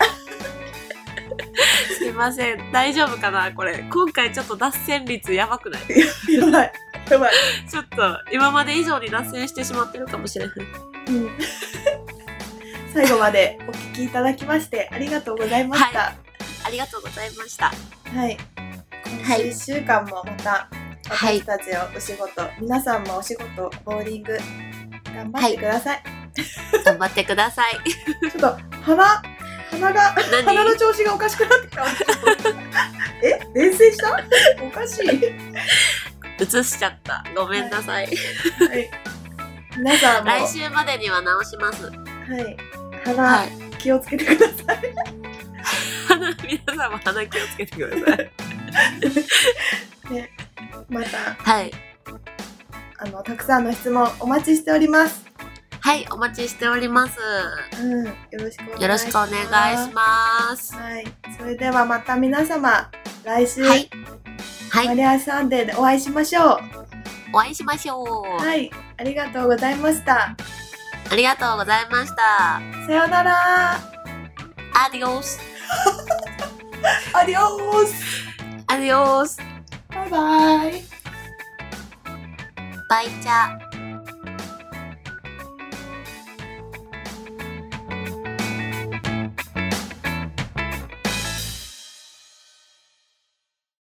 B: すいません。大丈夫かなこれ。今回ちょっと脱線率やばくない
A: やばい。やばい。
B: ちょっと今まで以上に脱線してしまってるかもしれない。
A: うん、 [LAUGHS] 最後までお聞きいただきましてありがとうございました。は
B: ありがとうございました。
A: い。今週1週間もまた
B: はい
A: 私たちお仕事、皆さんもお仕事、ボーリング頑張ってください。
B: 頑張ってください。
A: ちょっと鼻、鼻が、鼻の
B: 何
A: 調子がおかしくなってきた。え冷静したおかしい。
B: 映しちゃった。ごめんな [LAUGHS] さい。
A: はい。皆さんも、は
B: 来週までには直します。
A: い。鼻、
B: い。
A: 気をつけてください。
B: 鼻、 [LAUGHS] 皆さんも鼻気をつけてください。
A: また、
B: はい。
A: あの、たくさんの質問お待ちしております。
B: はい、お待ちしております。
A: うん、よろしくお願いします。
B: よろしくお願いします。
A: はい、それではまた皆様、来週、
B: はい。は
A: マ
B: い、
A: リアサンデーでお会いしましょ
B: お会いしましょう。
A: う。はい、ありがとうございました。
B: ありがとうございました。
A: さようなら。
B: アディオス。
A: アディオース。
B: アディオス。
A: バイバイ。
B: バイチャー。